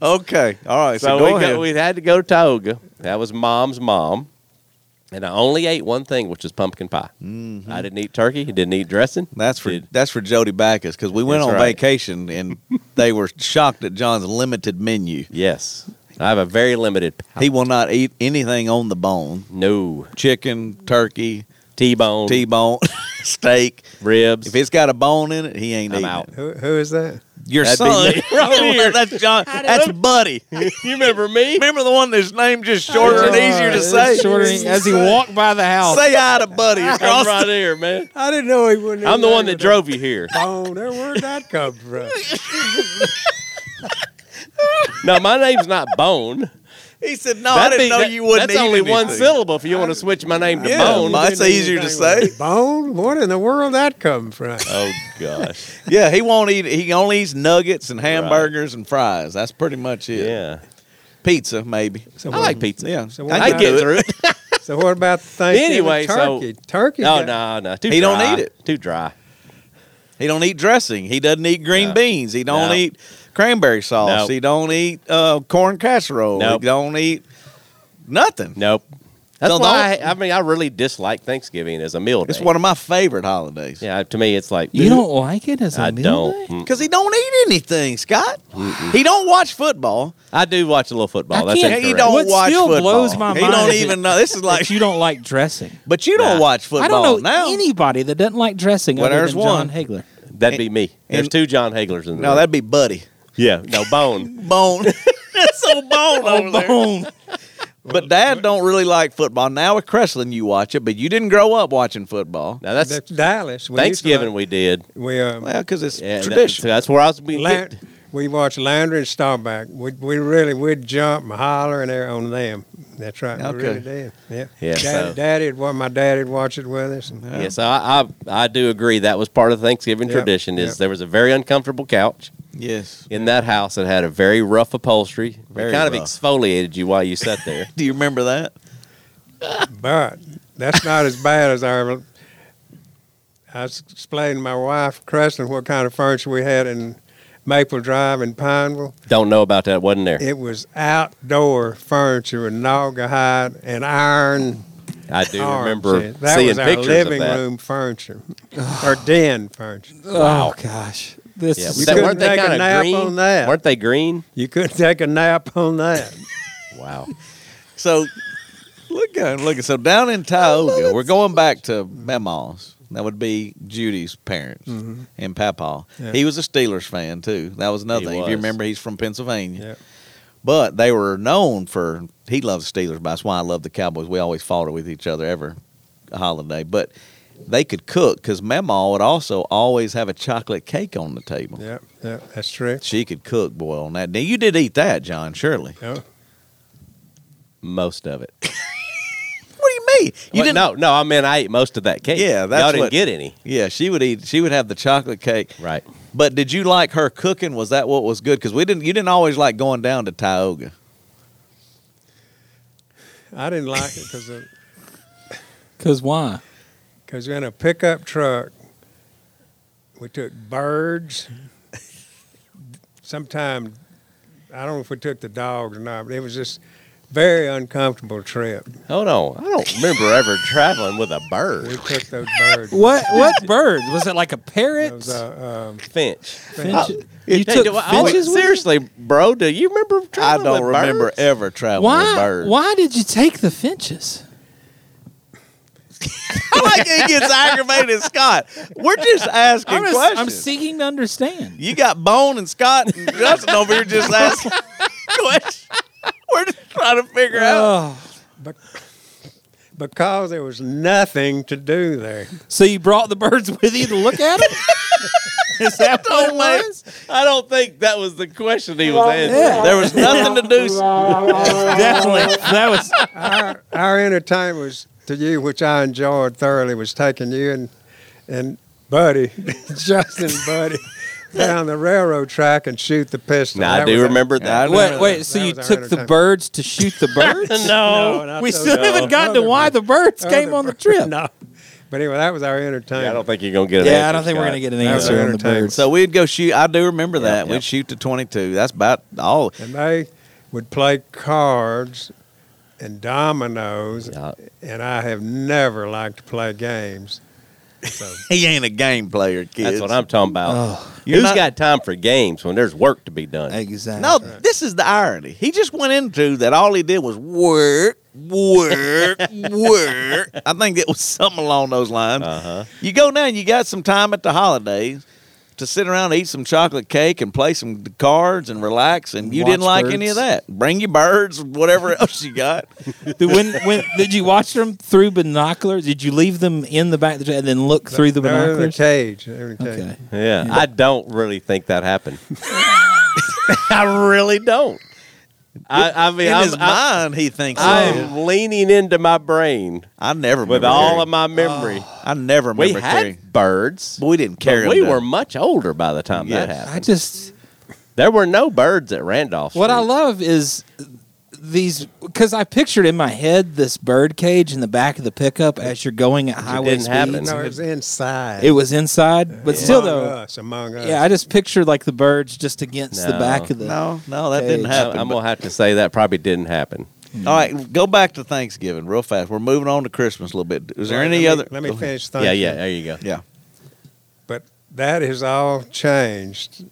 C: Okay. All right. So,
B: So
C: go
B: we,
C: ahead.
B: go, we had to go to Tioga. That was mom's mom. And I only ate one thing, which was pumpkin pie.
C: Mm-hmm.
B: I didn't eat turkey. Didn't eat dressing.
C: that's for
B: Did-
C: that's for Jody Backus because we went
B: That's
C: on
B: right.
C: vacation
B: (laughs)
C: and they were shocked at John's limited menu.
B: Yes. I have a very limited palate.
C: He will not eat anything on the bone:
B: No.
C: chicken, turkey,
B: T-bone.
C: t-bone, (laughs) steak.
B: ribs.
C: If it's got a bone in it, he ain't
B: I'm
C: eating
B: out.
C: it.
D: Who, who is that?
C: Your
B: That'd
C: son,
B: be me. (laughs) Right
C: (laughs)
B: here.
C: that's John. That's Buddy.
B: (laughs) you remember me?
C: Remember the one that's named just shorter and easier to
A: It's
C: say.
A: shorter and- as he walked by the house.
C: Say hi
B: (laughs)
C: to Buddy
B: I'm
C: across
B: Oh, right
C: the
B: here, man.
D: I didn't know he wouldn't.
B: I'm the
D: even
B: one
D: know
B: that drove you here.
D: Bone. There, Where'd that
B: (laughs)
D: come from?
B: No, my name's not Bone.
C: He said, "No, Oh, I didn't
B: be-
C: know
B: that-
C: you wouldn't."
B: That's
C: eat
B: only one
C: anything.
B: syllable if you want to switch my name to
C: Yeah,
B: Bone.
C: my- That's
D: Didn't do
C: easier to
D: anything with
C: say.
D: it. Bone. What in the world that come from?
B: Oh gosh.
C: Yeah, he won't eat. He only eats nuggets and hamburgers and fries. That's pretty much it.
B: Yeah.
C: Pizza maybe.
D: So
B: I
D: what-
B: like pizza.
C: Yeah,
D: So
C: I
D: what
C: can get
B: about-
C: through it.
D: So what about the Thanksgiving
B: Anyway, so-
D: turkey? turkey.
B: Oh, No,
D: got-
B: no, no. Too
C: He don't
B: dry.
C: eat it.
B: Too dry.
C: He don't eat dressing. He doesn't eat green
B: No.
C: beans. He don't
B: No.
C: eat cranberry sauce.
B: Nope.
C: He don't eat uh, corn casserole.
B: Nope.
C: He don't eat nothing.
B: Nope. That's
C: No,
B: why I, I mean I really dislike Thanksgiving as a meal day.
C: It's one of my favorite holidays.
B: yeah, to me it's like
A: You don't like it as a
B: I
A: meal
B: don't.
A: day?
B: Mm.
C: Because he don't eat anything, Scott. He don't watch football.
B: I do watch a little football.
A: I
B: That's
A: can't-
B: incorrect.
C: He don't
A: What
C: watch
A: still
C: football.
A: blows my
C: he
A: mind
C: don't
A: is
C: even know. This is like
A: If you don't like dressing.
C: But you don't
B: Nah.
C: watch football
A: I don't know
C: now.
A: anybody that doesn't like dressing
C: Well,
A: other
C: there's
A: than John
C: one.
A: Hagler.
B: That'd be me. There's
C: and-
B: two John Haglers in there.
C: no, that'd be Buddy
B: yeah, no
A: (laughs)
B: bone.
C: Bone. That's so Bone over there.
A: Boom.
C: But Dad don't really like football. Now with Cresslin, you watch it, but you didn't grow up watching football.
B: Now that's
D: That's Dallas. We used to
B: Thanksgiving
D: like-
B: we did.
D: we uh,
C: Well, because it's
B: Yeah, that-
C: tradition.
B: so that's where I was being
D: Lan-
B: kicked.
D: we watched Landry and Staubach. We, we really would jump and holler and there on them. That's right. We
C: Okay.
D: really did. Yeah.
B: Yeah,
D: Daddy,
B: so-
D: Daddy, wa- my daddy would watch it with us. and-
B: Yeah, so I, I I do agree that was part of Thanksgiving
D: Yep,
B: tradition is
D: yep.
B: there was a very uncomfortable couch
C: yes.
B: in that house that had a very rough upholstery.
C: Very
B: it kind of
C: rough.
B: exfoliated you while you sat there. (laughs)
C: Do you remember that?
D: But that's not as bad as our. I was explaining to my wife, Creston, what kind of furniture we had in Maple Drive in Pineville.
B: Don't know about that. Wasn't there?
D: It was outdoor furniture with naga hide and iron.
B: I do
D: arms.
B: remember
D: Yeah, Oh, that
B: seeing
D: was our
B: pictures
D: living
B: of that.
D: room furniture or den furniture.
A: Oh gosh. This
B: Yeah,
A: is
B: but
D: You
B: that-
D: couldn't
B: weren't they
D: take a
B: kind of
D: nap
B: green?
D: on that.
B: Weren't they green?
D: You couldn't take a nap on that.
B: (laughs) Wow.
C: So look at look at so down in Tioga, we're going back to Mama's. That would be Judy's parents and Papa.
D: Yeah.
C: He was a Steelers fan too. That was another
B: He
C: thing. If
B: was.
C: you remember, he's from Pennsylvania.
D: Yep.
C: But they were known for he loves the Steelers, but that's why I love the Cowboys. We always fought with each other every holiday. But they could cook because Mama would also always have a chocolate cake on the table.
D: Yep, yep, that's true.
C: She could cook, boy, on that. Now you did eat that, John, surely.
D: Yep.
B: Most of it. You
C: What do you mean? You
B: didn't? No, no. I mean, I ate most of that cake.
C: Yeah, that's
B: y'all didn't
C: what-
B: get any.
C: Yeah, she would eat. She would have the chocolate cake.
B: Right.
C: But did you like her cooking? Was that what was good? Because we didn't. You didn't always like going down to Tioga.
D: I didn't like it because
A: Cause why?
D: because in a pickup truck, we took
B: (laughs)
D: birds. Sometimes I don't know if we took the dogs or not, but it was just very uncomfortable trip.
B: Hold on. I don't remember ever traveling with a
D: We
B: bird.
D: took those birds.
A: What what bird? Was it like a parrot?
D: It was, uh, um,
B: Finch.
A: Finch-
B: Hey,
A: you took
B: do I-
A: finches with you?
B: seriously, bro. Do you remember?
C: I
B: Traveling
C: don't
B: with
C: remember
B: Birds?
C: ever traveling with
A: Why
C: birds.
A: why did you take the finches?
C: I like (laughs) he gets aggravated, at Scott. We're just asking
A: I'm, just- I'm
C: questions.
A: seeking to understand.
C: you got Bone and Scott and Justin over here just asking (laughs) questions. We're just trying to figure
B: Uh,
C: out.
A: Oh.
D: but because there was nothing to do there.
A: So you brought the birds (laughs) with you to look at them? Is that what it was?
B: I don't think that was the question he was answering.
A: Yeah.
C: There was nothing to do.
A: Definitely. That was
D: our, our entertainment was to you, which I enjoyed thoroughly, was taking you and and Buddy, (laughs) Justin
B: (laughs)
D: Buddy, down the railroad track and shoot the pistol.
B: Now, I
D: That
B: do
D: was our-
B: remember that.
A: wait, wait. So
D: That
A: you
D: was our
A: took the
D: entertainment.
A: birds to shoot the birds?
B: (laughs) No.
D: No,
A: We
D: not
A: still
D: those-
A: haven't gotten to
D: Other
A: why the birds
D: other
A: came on the
D: bird-
A: trip.
D: (laughs) No, but anyway, that was our entertainment.
B: I don't think you're gonna get. An
A: Yeah,
B: answer,
A: I don't think we're
B: Scott.
A: gonna get an
D: That was
A: answer on the
D: entertainment.
A: birds.
C: So we'd go shoot. I do remember that.
B: yep.
C: We'd shoot to 22. That's about all.
D: and they would play cards and dominoes,
B: Yeah.
D: and I have never liked to play games. So
C: He ain't a game player, kid.
B: That's what I'm talking about.
A: Oh,
C: You're
B: Who's
C: not-
B: got time for games when there's work to be done?
A: exactly.
C: No, this is the irony. He just went into that. All he did was work,
B: (laughs)
C: work, work. I think it was something along those lines.
B: Uh-huh.
C: You go now and you got some time at the holidays to sit around, and eat some chocolate cake, and play some cards and relax. And you
A: Watch
C: didn't like any of
A: birds.
C: that. Bring your
B: (laughs)
C: birds, whatever else you got.
A: (laughs) Did, when, when, did you watch them through binoculars? Did you leave them in the back of the tra- and then look (laughs) through the
D: they were in a
A: binoculars?
D: cage. they were in a cage.
A: Okay.
B: Yeah, I don't really think
A: (laughs)
B: that happened. (laughs) I really don't. I, I mean,
C: In
B: I'm,
C: his
B: I,
C: mind, he thinks. so.
B: I'm leaning into my brain
C: I never
B: with
C: remember
B: all
C: carrying-
B: of my memory.
A: Oh.
C: I never
B: we
C: remember
B: had
C: carrying.
B: birds,
C: But we didn't
B: but
C: carry.
B: we
C: 'em down.
B: were much older by the time that
C: Yes.
B: happened.
A: I just
B: There were no birds at Randolph.
A: what I
B: Street.
A: love is these because I pictured in my head this bird cage in the back of the pickup as you're going at highway
B: didn't happen.
A: speeds.
D: No, it was inside.
A: It was inside, but still
D: among
A: though,
D: us, among us.
A: yeah, I just pictured like the birds just against the
B: No.
A: back of the.
C: No, no, that didn't
A: Hey,
C: happen.
B: I'm gonna have to say that probably didn't happen.
C: but- all right, go back to Thanksgiving real fast. We're moving on to Christmas a little bit. Is there
D: Let
C: any
D: me-
C: other?
D: Let me
C: go ahead.
D: finish.
B: yeah,
D: thinking.
B: yeah. There you go.
C: Yeah.
D: But that has all changed.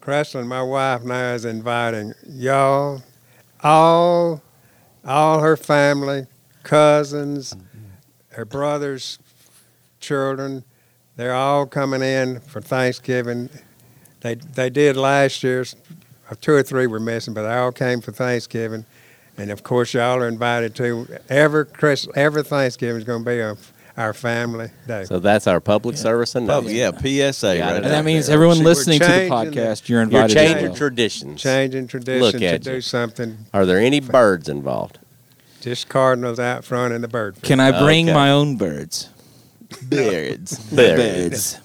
D: Cresslin, my wife now is inviting y'all, all, all her family, cousins, her brothers, children. They're all coming in for Thanksgiving. They they did last year's. uh, Two or three were missing, but they all came for Thanksgiving. And of course, y'all are invited to. Every Chris, every Thanksgiving is going to be a, our family day.
B: So that's our public service
C: Oh
B: announcement.
C: yeah, PSA.
B: Yeah, I
C: right
B: didn't
C: there.
A: and that means
B: there.
A: everyone
D: See, we're
A: listening to the
D: changing
A: podcast, you're
B: You're
A: invited. as
B: changing
A: well.
B: traditions.
D: changing tradition
B: Look
D: to
B: at you.
D: do something.
B: Are there any birds involved?
D: Just cardinals out front and the bird. feeder.
A: Can I bring
B: Okay.
A: my own birds?
B: (laughs)
C: Birds.
A: Birds.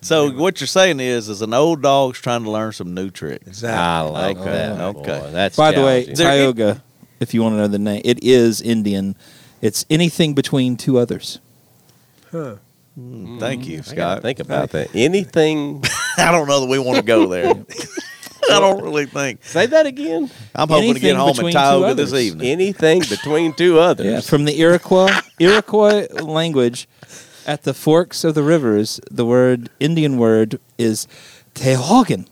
C: So what you're saying is, is an old dog's trying to learn some new tricks.
B: I
D: Exactly.
B: like
C: Okay.
B: that.
C: Okay.
B: Boy, that's
A: By the way,
B: challenging.
C: there any-
A: Tioga, if you want to know the name, it is Indian. It's anything between two others.
D: Huh.
C: Mm, Thank you,
D: Mm,
B: I gotta
C: Scott.
B: think about that. Anything?
C: (laughs) I don't know that we want to go there. (laughs) I don't really think.
B: say that again.
C: I'm hoping to
A: Anything
C: get home
A: between
C: and
A: two
C: Tioga this
A: others.
C: evening.
B: Anything between two others.
A: Yeah, from the Iroquois Iroquois language, at the forks of the rivers, the word Indian word is Tehogan.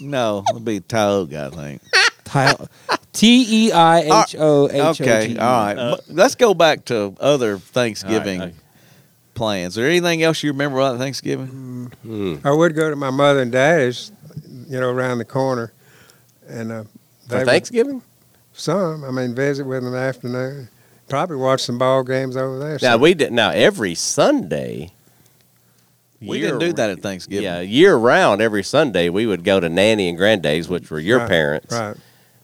C: No, it'll be Tioga, I think.
A: T E I H O H O
C: Okay,
A: G. E.
C: all right. But Let's go back to other Thanksgiving
B: Uh, All right, okay.
C: plans. Is there anything else you remember about
D: Mm,
C: Thanksgiving?
D: I would go to my mother and daddy's, you know, around the corner, and uh,
B: For
D: would-
B: Thanksgiving?
D: some. I mean, visit with them in the afternoon. Probably watch some ball games over there.
B: Now we did. Now every Sunday.
C: We didn't do that at Thanksgiving.
B: Yeah, year round, every Sunday we would go to nanny and granddad's, which were your
D: Right,
B: parents,
D: Right.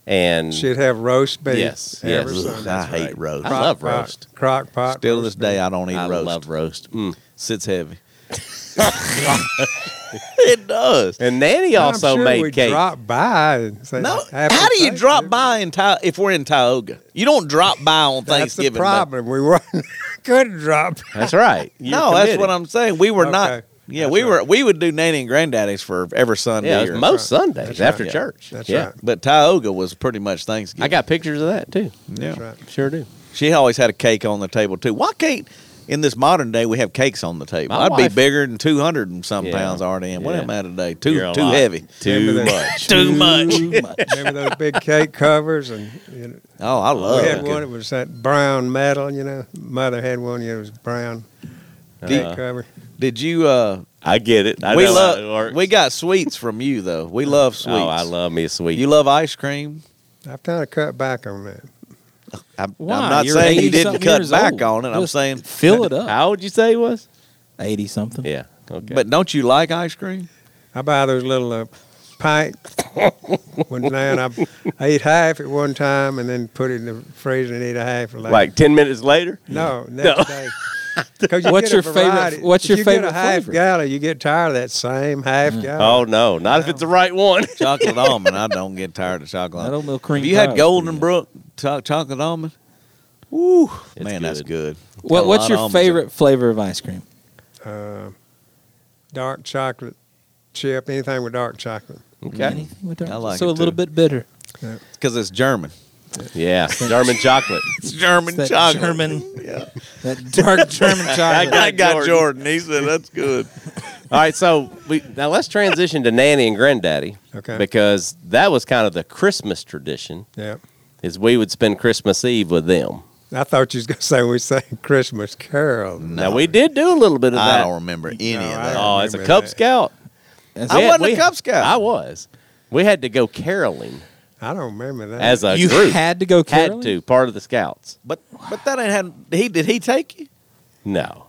B: and
D: She'd have roast beef.
B: Yes,
D: Every
B: yes.
D: Sunday.
C: I hate roast.
B: I love
D: Crock pot-
B: roast.
D: Crock pot.
C: Still to
D: roast
C: this day, I don't eat
B: I
C: roast.
B: love roast. Mm. (laughs)
C: Sits heavy. (laughs) it does.
B: And nanny
D: beef.
B: also
D: I'm sure
B: made
D: we'd
B: cake.
D: drop by and say,
C: No,
D: "Happy
C: how do you drop
D: Thanksgiving."
C: by in Ti- if we're in Tioga? You don't drop by on
D: That's the
C: Thanksgiving. but-
D: problem. We weren't (laughs) couldn't drop.
B: That's (laughs) right. You're
C: No, that's
B: committed.
C: what I'm saying. We were not.
D: Okay.
C: Yeah,
D: That's
C: we
D: right.
C: were. We would do nanny and granddaddy's for every Sunday.
B: Yeah, it was
C: or-
B: most Sundays
D: That's
B: after
C: right.
B: church.
D: That's
B: yeah.
D: right.
C: but Tioga was pretty much Thanksgiving.
B: I got pictures of that too.
C: Yeah.
D: That's right.
B: Sure do.
C: She always had a cake on the table too. Why can't in this modern day we have cakes on the table?
B: My
C: I'd be
B: wife-
C: bigger than two hundred and some
B: Yeah.
C: pounds already. And what
B: Yeah.
C: am I today? Too
B: You're a
C: too
B: lot.
C: heavy.
B: Too
D: Remember that-
B: much.
C: Too much.
A: Too much.
D: Remember those big cake covers and you know,
C: Oh, I love
D: we had
C: it.
D: one. It was that brown metal, you know. Mother had one. You know, it was brown cake
B: Uh,
D: cover.
C: Did you? uh
B: I get it. I
C: We
B: know how it
C: love.
B: works.
C: We got sweets from you though. We love sweets.
B: (laughs) Oh, I love me a sweet.
C: You love ice cream.
D: I've kind of cut back on that.
C: I, I'm
A: Why?
C: not
A: You're
C: saying you
A: 80
C: didn't
A: something
C: cut
A: years
C: back
A: old.
C: on it. I'm
A: Just (laughs)
C: saying,
A: Fill it up.
B: How old you say he was?
A: 80 something.
B: Yeah. Okay.
C: but don't you like ice cream?
D: I buy those little uh, pint. when now I, I eat half at one time and then put it in the freezer and eat a half later.
B: like ten minutes later.
D: no, next day. 'Cause
A: What's
D: get a
A: your favorite-
D: variety.
A: what's
D: If
A: your
D: you
A: favorite
D: get a half
A: flavor?
D: gallon, you get tired of that same half gallon.
B: Oh no, not if (laughs) it's the right one.
C: Chocolate almond. I don't get tired of chocolate
A: That
C: almond.
A: old milk cream.
C: Have you had
A: pie.
C: Golden Brook cho- chocolate almond? Woo,
B: It's
C: man, that's good. Got
A: What,
C: a lot
A: what's
C: of
A: your
C: almonds in
A: favorite flavor of ice cream?
D: Uh, dark chocolate chip, anything with dark chocolate.
B: Okay.
A: Anything with dark-
C: I like
A: so
C: it
A: a little
C: too.
A: bit bitter.
C: it because Mm-hmm. it's German.
B: Yeah, German chocolate.
C: It's German
A: It's that
C: (laughs)
A: German, that dark German
B: I
A: chocolate.
B: got Jordan.
C: He said that's good.
B: All right, so we now let's transition to nanny and granddaddy.
D: Okay.
B: Because that was kind of the Christmas tradition
D: Yeah.
B: is we would spend Christmas Eve with them.
D: I thought you was gonna say we sang Christmas Carol.
B: Now we did do a little bit of
C: I
B: that.
C: don't remember any
D: No,
C: of
D: I
C: that.
D: don't
B: oh, as a
D: remember
B: Cub
D: that.
B: Scout.
A: That's
C: I
A: it.
B: Yeah,
C: wasn't a
B: we-
C: Cub Scout.
B: I was. We had to go caroling
D: I don't remember that.
B: as a
A: you
B: group.
A: had to go
B: Had
A: caroling?
B: to part of the Scouts.
C: But but that ain't had. He did he take you?
B: No,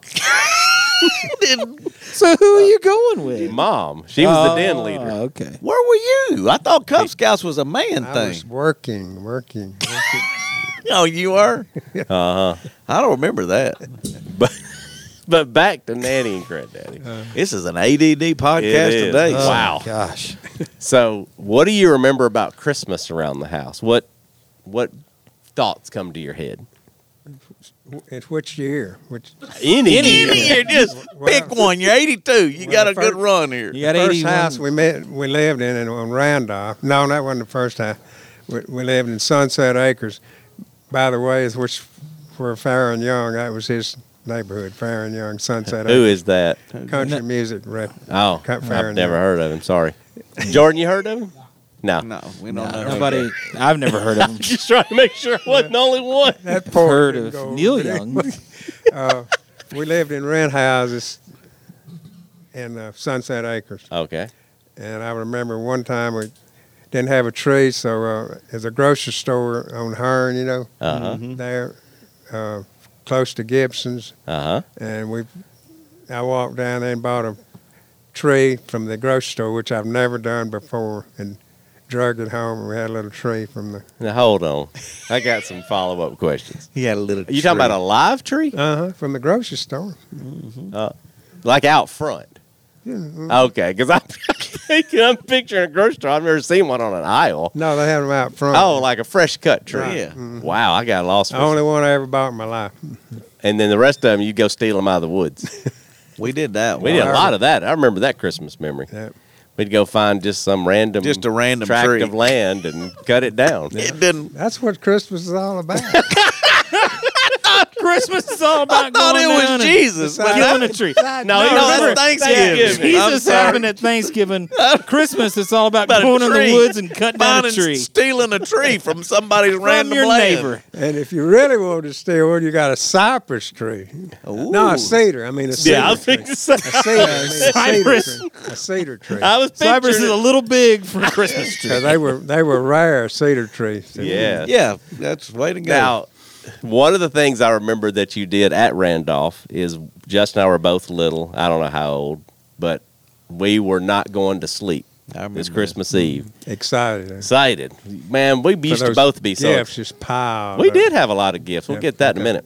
A: So who are you going with?
B: mom. She was the den
A: Oh,
B: leader.
A: Okay.
C: Where were you? I thought Cub Scouts was a man
D: I was
C: thing.
D: working, working. working.
C: (laughs) Oh, you were.
B: Uh huh.
C: I don't remember that.
B: But but back to nanny and granddaddy.
C: This is an ADD podcast
B: It is.
C: today. (laughs)
B: Oh, (laughs) Wow.
E: Gosh.
B: So, what do you remember about Christmas around the house? What what thoughts come to your head?
D: It's which year? Which
B: Any,
C: Any year, just
D: Well,
C: pick one. You're 82. You
D: well,
C: got a good
D: first-
C: run here.
A: You got
D: first
A: 81.
D: house we met, we lived in, in on Randolph. No, that wasn't the first house. We, we lived in Sunset Acres. By the way, is which where Farron Young. That was his neighborhood. Farron Young, Sunset
B: Who
D: Acres,
B: is that?
D: country music rep.
B: Oh,
D: Cut fair
B: I've never
D: enough.
B: heard of him. Sorry, Jordan, you heard of him? No,
C: No, we don't know.
A: Nobody, (laughs) I've never heard of him.
B: (laughs) just trying to make sure I wasn't the only one.
D: That part
A: heard
D: didn't go
A: of
D: over
A: Neil
D: there.
A: Young.
D: Uh, we lived in rent houses in uh, Sunset Acres.
B: Okay,
D: And I remember one time we didn't have a tree, so uh, there's a grocery store on Hearn, you know,
B: uh huh,
D: there, uh, close to Gibson's.
B: uh huh.
D: And we, I walked down there and bought a tree from the grocery store, which I've never done before, and drug it home. And we had a little tree from the.
B: Now hold on, I got some follow up questions.
C: He had a little.
B: Are you talking about a live tree,
D: Uh huh. From the grocery store.
B: like out front?
C: Mm-hmm.
D: Yeah.
B: Okay, because I'm (laughs) thinking I'm picturing a grocery store. I've never seen one on an aisle.
D: No, they had them out front.
B: Oh, like a fresh cut tree.
C: Right. Mm-hmm. Yeah.
B: Wow, I got lost.
D: the
B: for-
D: only one I ever bought in my life.
B: and then the rest of them, you go steal them out of the
C: (laughs)
B: woods.
C: We did that.
B: We
C: one.
B: did a lot of that. I remember that Christmas memory.
D: Yeah.
B: We'd go find just some random,
C: Just a random
B: tract
C: tree.
B: of land and cut it down.
C: It didn't.
D: That's what Christmas is
B: (laughs)
D: all about.
A: Christmas is all about
C: I thought
A: going down
C: it was
A: and
C: Jesus.
D: Besides-
C: man.
A: killing a tree.
C: No,
A: you
C: that's
A: remember-
C: Thanksgiving.
B: Thanksgiving.
C: I'm
A: Jesus
C: sorry.
A: happened at Thanksgiving. Christmas, it's all about,
C: About a
A: going in
C: tree.
A: the woods and cutting down a
C: Finding-
A: tree
C: stealing
A: (laughs)
C: a tree from somebody's
A: from
C: random
A: your
C: land.
A: neighbor.
D: And if you really want to stay one, you got a cypress tree. No,
C: Ooh.
D: a cedar. I mean, a cedar
B: yeah, I was
D: tree.
B: thinking the
D: A
B: same.
D: cedar, I mean, a
A: Cypress.
D: cedar tree. A cedar tree.
B: I was picturing
A: Cypress is
B: it.
A: a little big for a Christmas tree.
D: (laughs) 'Cause they were they were rare cedar trees.
B: yeah.
C: Yeah, that's way to go.
B: Now, one of the things I remember that you did at Randolph is Justin and I were both little. I don't know how old, but we were not going to sleep.
C: I remember
B: It's
C: that.
B: Christmas Eve.
D: Excited. For
B: Excited, man. We used to
D: those
B: both be so
D: Gifts just piled.
B: We
D: up.
B: did have a lot of gifts. We'll
D: Yeah,
B: get that in a
D: okay.
B: minute.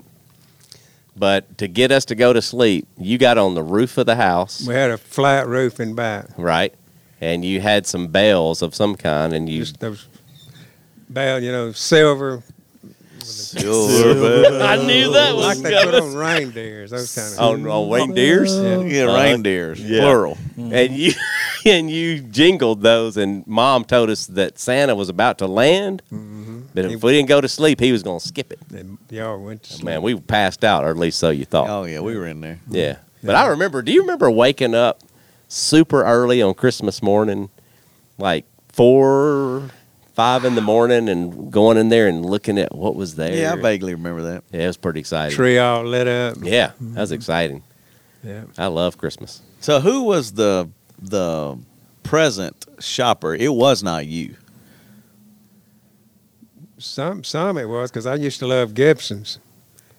B: But to get us to go to sleep, you got on the roof of the house,
D: We had a flat roof in back.
B: right? And you had some bells of some kind, and you
D: Just those bell, you know, silver.
C: (laughs) Silver.
B: I knew that
D: Like
B: was
D: they put
B: (laughs) coming.
D: on reindeers, those kind of
B: on on reindeers,
C: yeah, reindeers,
B: yeah.
C: plural.
B: and you (laughs) and you jingled those. And Mom told us that Santa was about to land, but if we didn't go to sleep, he was going to skip it.
D: And y'all went to sleep.
B: Oh, Man, we passed out, or at least so you thought.
C: Oh yeah, we were in there.
B: Yeah. But I remember, do you remember waking up super early on Christmas morning, like four, five in the morning, and going in there and looking at what was there?
C: Yeah, I vaguely remember that.
B: Yeah, it was pretty exciting.
D: tree all lit up.
B: Yeah, that was exciting.
D: Yeah.
B: I love Christmas.
C: So who was the the present shopper? It was not you.
D: Some some it was because I used to love Gibson's.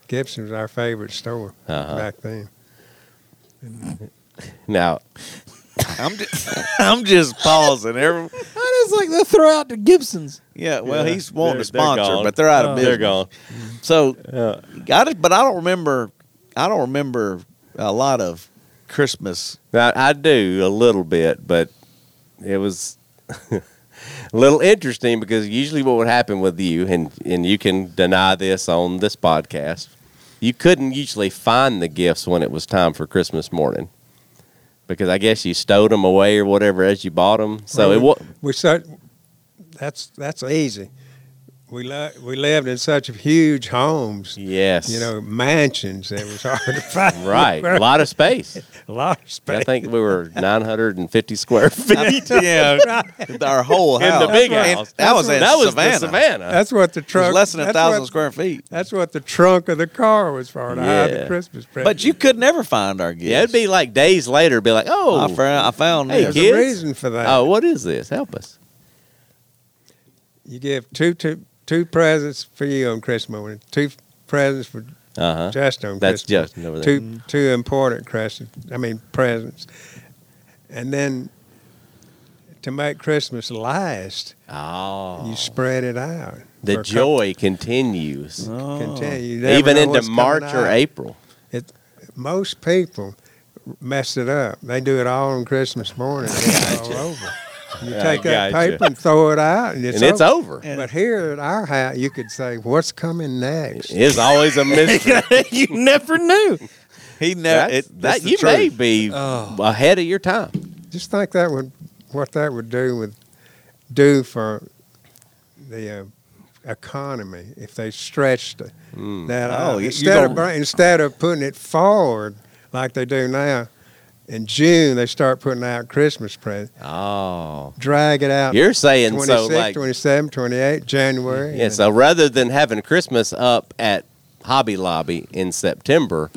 D: Gibson was our favorite store
B: Uh-huh.
D: back then.
B: Now,
C: I'm just (laughs) I'm just pausing. Every,
A: That is like the throw out to Gibson's.
C: yeah, well,
B: Yeah,
C: he's wanting
B: they're-
C: to sponsor,
B: they're gone. Oh,
C: but they're out of business.
B: they're gone.
C: So, I just, but I don't remember. I don't remember a lot of
B: (laughs)
C: Christmas.
B: Now, I do a little bit, but it was (laughs) a little interesting because usually what would happen with you, and, and you can deny this on this podcast, you couldn't usually find the gifts when it was time for Christmas morning because I guess you stowed them away or whatever as you bought them. So it was.
D: We such that's that's easy. We lo- we lived in such huge homes,
B: Yes.
D: you know, mansions. It was hard
C: (laughs)
D: to find.
B: Right. A lot of
D: (laughs)
B: space.
D: a lot of
B: I
D: space. (laughs)
B: think we were 950 square feet.
C: (laughs) yeah, our whole
B: In
C: house.
B: the big
C: And
B: house.
C: That was in
B: that was the
C: Savannah.
B: Savannah.
D: that's what the
C: It was
D: trunk.
C: less than a
D: that's
C: thousand
D: what-
C: square feet.
D: That's what the trunk of the car was for to hide
B: Yeah.
D: the Christmas present.
C: But you could never find our gifts.
B: yeah, it'd be like days later, be like, oh,
C: I found, I found
B: Hey,
C: this.
D: there's
B: kids.
D: a reason for that.
B: oh, what is this? Help us.
D: You give two two two presents for you on Christmas morning, two presents for
B: Uh huh.
D: just on
B: That's
D: Christmas.
B: Justin over there. Mm.
D: Two two important Christmas. I mean presents, and then to make Christmas last,
B: Oh,
D: you spread it out.
B: the
D: for a
B: joy continues
D: couple- Continue. You never
B: even
D: know
B: into
D: what's
B: March
D: coming
B: or
D: out.
B: April.
D: It, most people mess it up. They do it all on Christmas morning. It's all over. You
B: I
D: take that
B: gotcha.
D: paper and throw it out, and it's
B: and it's
D: over.
B: over.
D: But here at our house, you could say, "What's coming next?"
B: It's always
D: (laughs)
B: a mystery.
A: (laughs) you never knew.
C: He never.
B: That's-
C: It,
B: that
C: that's the
B: you may
C: truth.
B: be
D: Oh.
B: ahead of your time.
D: Just think that would what that would do with do for the uh, economy if they stretched
B: Hmm.
D: that out.
C: Oh, you- you
D: instead of
C: gonna-
D: br- instead of putting it forward like they do now. In June, they start putting out Christmas presents.
B: Oh,
D: Drag it out.
B: you're saying so
D: 26,
B: like
D: 27, 28, January.
B: yeah. So rather than having Christmas up at Hobby Lobby in September,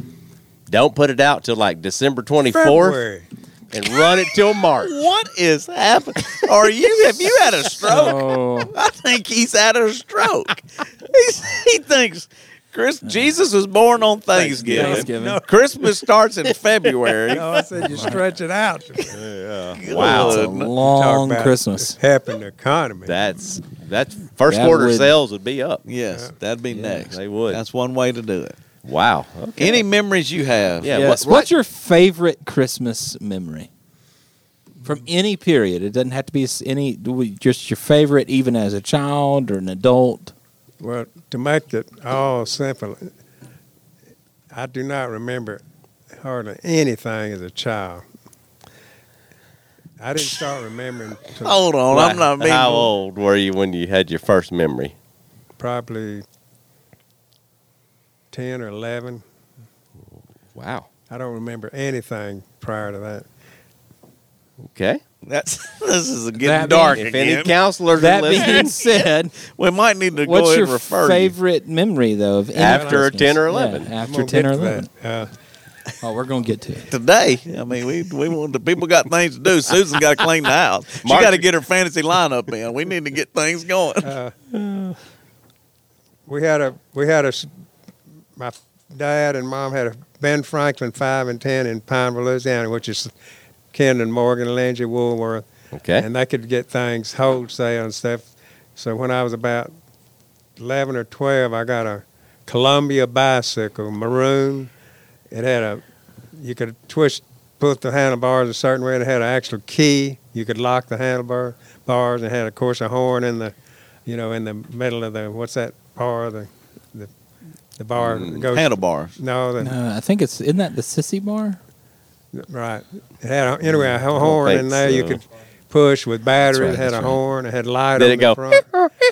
B: don't put it out till like December 24th
D: February.
B: and run it till March.
C: (laughs) What is happening? Are you? Have you had a stroke?
A: Oh,
C: I think he's had a stroke. He's, he thinks Chris Jesus was born on Thanksgiving.
A: Thanksgiving. No.
C: Christmas starts in February.
D: No, I said you stretch it out.
A: it's a
B: Wow,
A: (laughs) long
D: Talk about
A: Christmas.
D: Helping the economy.
B: that's that's first
A: That
B: quarter
A: would-
B: sales would be up.
C: Yes, that'd be next.
B: they would.
C: That's one way to do it.
B: Wow.
C: Any memories you have?
B: Yeah.
A: Yes.
B: what- what-
A: What's your favorite Christmas memory from any period? It doesn't have to be s- any. Just your favorite, even as a child or an adult.
D: Well, to make it all simple, I do not remember hardly anything as a child. I didn't start remembering till
C: Hold on, I'm not being.
B: How old were you when you had your first memory?
D: probably 10 or 11.
B: Wow.
D: I don't remember anything prior to that.
B: Okay.
C: That's (laughs) this is getting
A: That
C: dark
B: If any
C: again.
B: counselors are
A: That
B: listening
A: (laughs)
C: (laughs)
A: being said,
C: we might need to go
A: what's
C: ahead
A: your
C: and refer.
A: favorite memory though of any
B: After
A: Christmas?
B: 10 or
A: Yeah,
B: 11.
D: I'm
A: after
D: gonna
A: ten or
D: get to that.
A: eleven.
D: Uh,
A: Oh, we're gonna get to it.
C: you today. I mean, we we want the people got things to do. Susan got to clean the house. She
B: Mark-
C: got to get her fantasy lineup in. We need to get things going.
D: we had a we had a s- my dad and mom had a Ben Franklin five and ten in Pineville, Louisiana, which is Ken and Morgan, Lindsay Woolworth,
B: Okay.
D: and they could get things wholesale and stuff. So when I was about eleven or twelve, I got a Columbia bicycle, maroon. It had a you could twist, put the handlebars a certain way. It had an actual key. You could lock the handlebar bars. It had, of course, a horn in the, you know, in the middle of the what's that bar the, the, the bar that
B: Mm,
D: goes.
C: Handlebars.
D: No, the,
A: No, Uh, I think it's isn't that the sissy bar?
D: right. It had a, anyway a
B: Mm,
D: horn
B: think
D: in there. You
B: so.
D: could push with battery.
A: right,
D: it had a
A: that's right.
D: horn. It had light
B: Did
D: on
B: it
D: the
B: go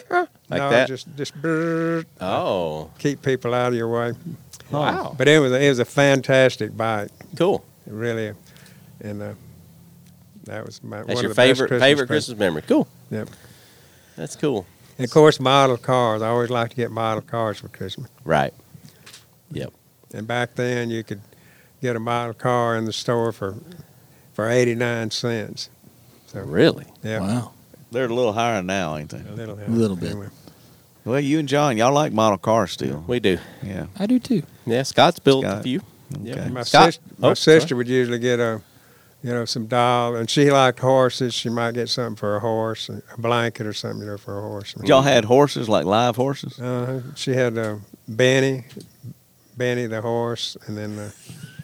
D: front.
B: (laughs) like
D: no,
B: that?
D: just just brrrr,
B: oh.
D: keep people out of your way.
B: Wow.
D: But it was a, it was a fantastic bike.
B: Cool.
D: really, and uh, that was my
B: That's
D: one
B: your
D: of the best
B: favorite
D: Christmas
B: favorite
D: presents.
B: Christmas memory. Cool.
D: Yep.
B: That's cool.
D: And of course, model cars. I always like to get model cars for Christmas.
B: Right. Yep.
D: And back then, you could get a model car in the store for for eighty nine cents. So
B: Really?
D: yeah,
A: Wow.
C: They're a little higher now, ain't they?
D: a little,
A: A little bit.
C: Well, you and John, y'all like model cars still.
B: We do.
C: Yeah.
A: I do too.
B: Yeah, Scott's built a
C: Scott.
B: few.
C: Okay.
D: My,
B: Scott-
D: sis- my
B: oh, sorry.
D: sister would usually get a, you know, some doll, and she liked horses. She might get something for a horse, a blanket or something, you know, for a horse.
C: Y'all had horses like live horses.
D: Uh, she had uh, Benny, Benny the horse, and then uh,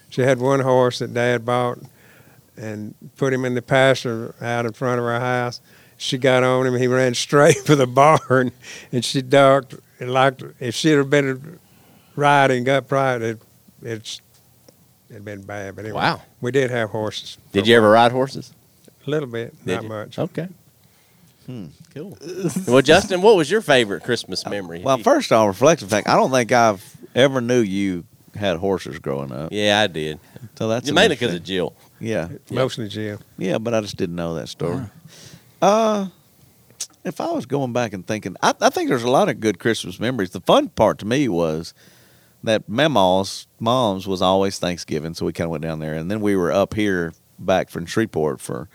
D: she had one horse that Dad bought and put him in the pasture out in front of our house. She got on him. He ran (laughs) straight for the barn, and she ducked. And like if she'd have been riding upright, it it's it'd been bad. But anyway,
B: Wow.
D: we did have horses. for
B: Did you ever ride horses?
D: A little bit,
B: Did
D: not
B: you? Oh.
D: much.
B: Okay. Cool. Hmm. well, Justin, what was your favorite Christmas memory?
C: Well, first I'll reflect on the fact I don't think I've ever knew you had horses growing up.
B: Yeah, I did.
C: So that's
B: Mainly because
C: interesting.
B: of Jill.
C: yeah,
D: Mostly Jim.
C: yeah, but I just didn't know that story.
A: Wow.
C: Uh, if I was going back and thinking, I, I think there's a lot of good Christmas memories. The fun part to me was that Mama's mom's was always Thanksgiving, so we kind of went down there, and then we were up here back from Shreveport for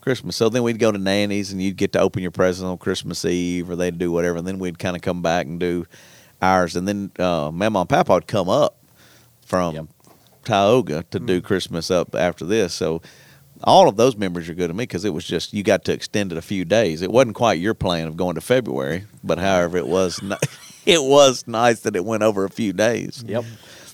C: Christmas. So then we'd go to Nanny's, and you'd get to open your presents on Christmas Eve, or they'd do whatever, and then we'd kind of come back and do ours, and then uh, Mama and Papa would come up from
B: Yep.
C: Tioga to do Christmas up after this. So all of those memories are good to me because it was just you got to extend it a few days. It wasn't quite your plan of going to (laughs) February, but however, it was ni- it was nice that it went over a few days.
B: Yep.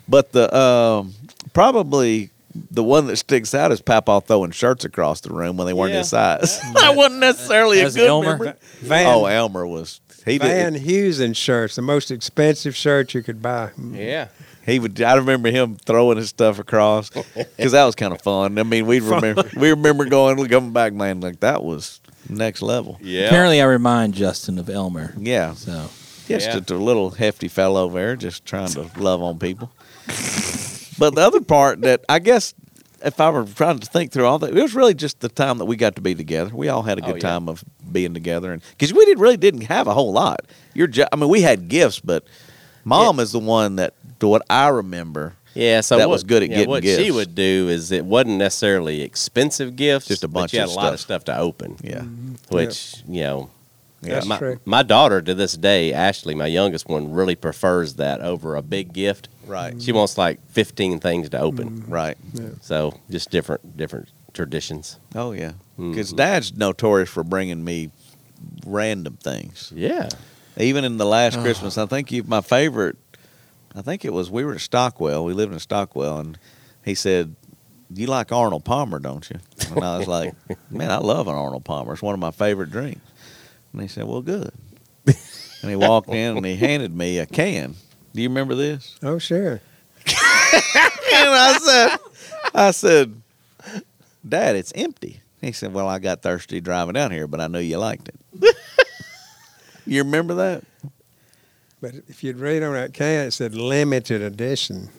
C: But the um probably the one that sticks out is Papaw throwing shirts across the room when they weren't
B: Yeah.
C: his size. (laughs) that wasn't necessarily a
A: That's
C: good
A: Elmer?
C: memory.
D: Van,
C: Oh, Elmer was he
D: Van
C: did
D: Heusen shirts, the most expensive shirt you could buy. Hmm.
B: Yeah.
C: he would. I remember him throwing his stuff across because that was kind of (laughs) fun. I mean, we remember we remember going coming back, man. Like that was next level.
B: Yeah.
A: Apparently, I remind Justin of Elmer.
C: Yeah,
A: So
C: Just
B: Yeah.
C: a, a little hefty fellow there, just trying to love on people. but the other part that I guess, if I were trying to think through all that, it was really just the time that we got to be together. We all had a
B: Oh,
C: good
B: yeah.
C: time of being together, and because we did really didn't have a whole lot. Your, jo- I mean, we had gifts, but mom is the one that, to what I remember,
B: Yeah, so
C: That
B: what,
C: was good at
B: yeah,
C: getting
B: what she
C: gifts.
B: would do is it wasn't necessarily expensive gifts,
C: Just a bunch
B: but you had
C: of
B: a lot of
C: stuff.
B: stuff to open.
C: yeah,
B: Mm-hmm. which you know,
D: Yeah. That's
B: my,
D: true.
B: my daughter to this day, Ashley, my youngest one, really prefers that over a big gift.
C: right,
B: She wants like fifteen things to open,
C: right.
B: so just different different traditions.
C: Oh yeah, because
B: Mhm.
C: dad's notorious for bringing me random things.
B: Yeah,
C: Even in the last Christmas, I think you my favorite. I think it was we were at Stockwell. We lived in Stockwell, and he said, "You like Arnold Palmer, don't you?" And I was (laughs) like, "Man, I love an Arnold Palmer. It's one of my favorite drinks." And he said, "Well, (laughs) good." And he walked in and he handed me a can. Do you remember this?
D: Oh, sure.
C: And I said, (laughs) "I said, Dad, it's empty." He said, "Well, I got thirsty driving down here, but I knew you liked it." (laughs) you remember that?
D: But if you'd read on that can, it said limited edition.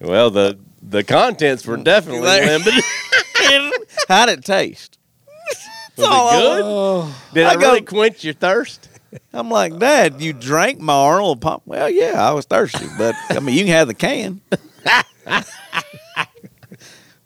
B: well the the contents were definitely
C: Like-
B: limited.
C: How'd it taste?
B: Was it good?
D: Oh,
B: Did
C: I
B: I really
C: go-
B: quench your thirst?
C: I'm like, Dad, you drank my Arnold Palmer. Well, yeah, I was thirsty, but I mean, you can have the (laughs) can.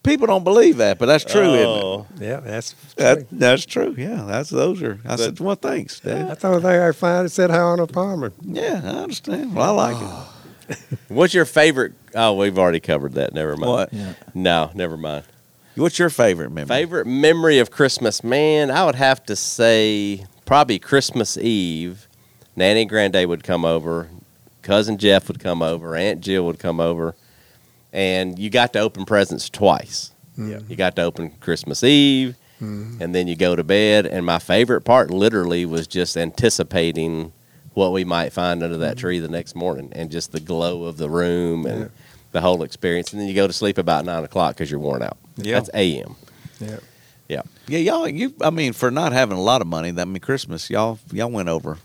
C: People don't believe that, but that's true, isn't it?
B: Oh.
D: yeah, that's true.
C: That, that's true. Yeah, that's those are. I said, well, thanks,
D: I
C: Dad.
D: thought they were fine. It said Arnold Palmer.
C: Yeah, I understand. Well, I like it.
B: What's your favorite? Oh, we've already covered that. Never mind.
C: What?
A: yeah,
B: No, never mind.
C: (sighs) What's your favorite memory?
B: Favorite memory of Christmas, man, I would have to say probably Christmas Eve. Nanny and Granddad would come over, cousin Jeff would come over, Aunt Jill would come over, and you got to open presents twice.
D: Yeah.
B: You got to open Christmas Eve, and then you go to bed. And my favorite part, literally, was just anticipating what we might find under that tree the next morning, and just the glow of the room and
D: Yeah.
B: the whole experience. And then you go to sleep about nine o'clock because you're worn out.
C: Yeah.
B: That's a.m.
D: Yeah.
B: Yeah.
C: Yeah, y'all. You, I mean, for not having a lot of money, that I mean, Christmas, y'all, y'all went over,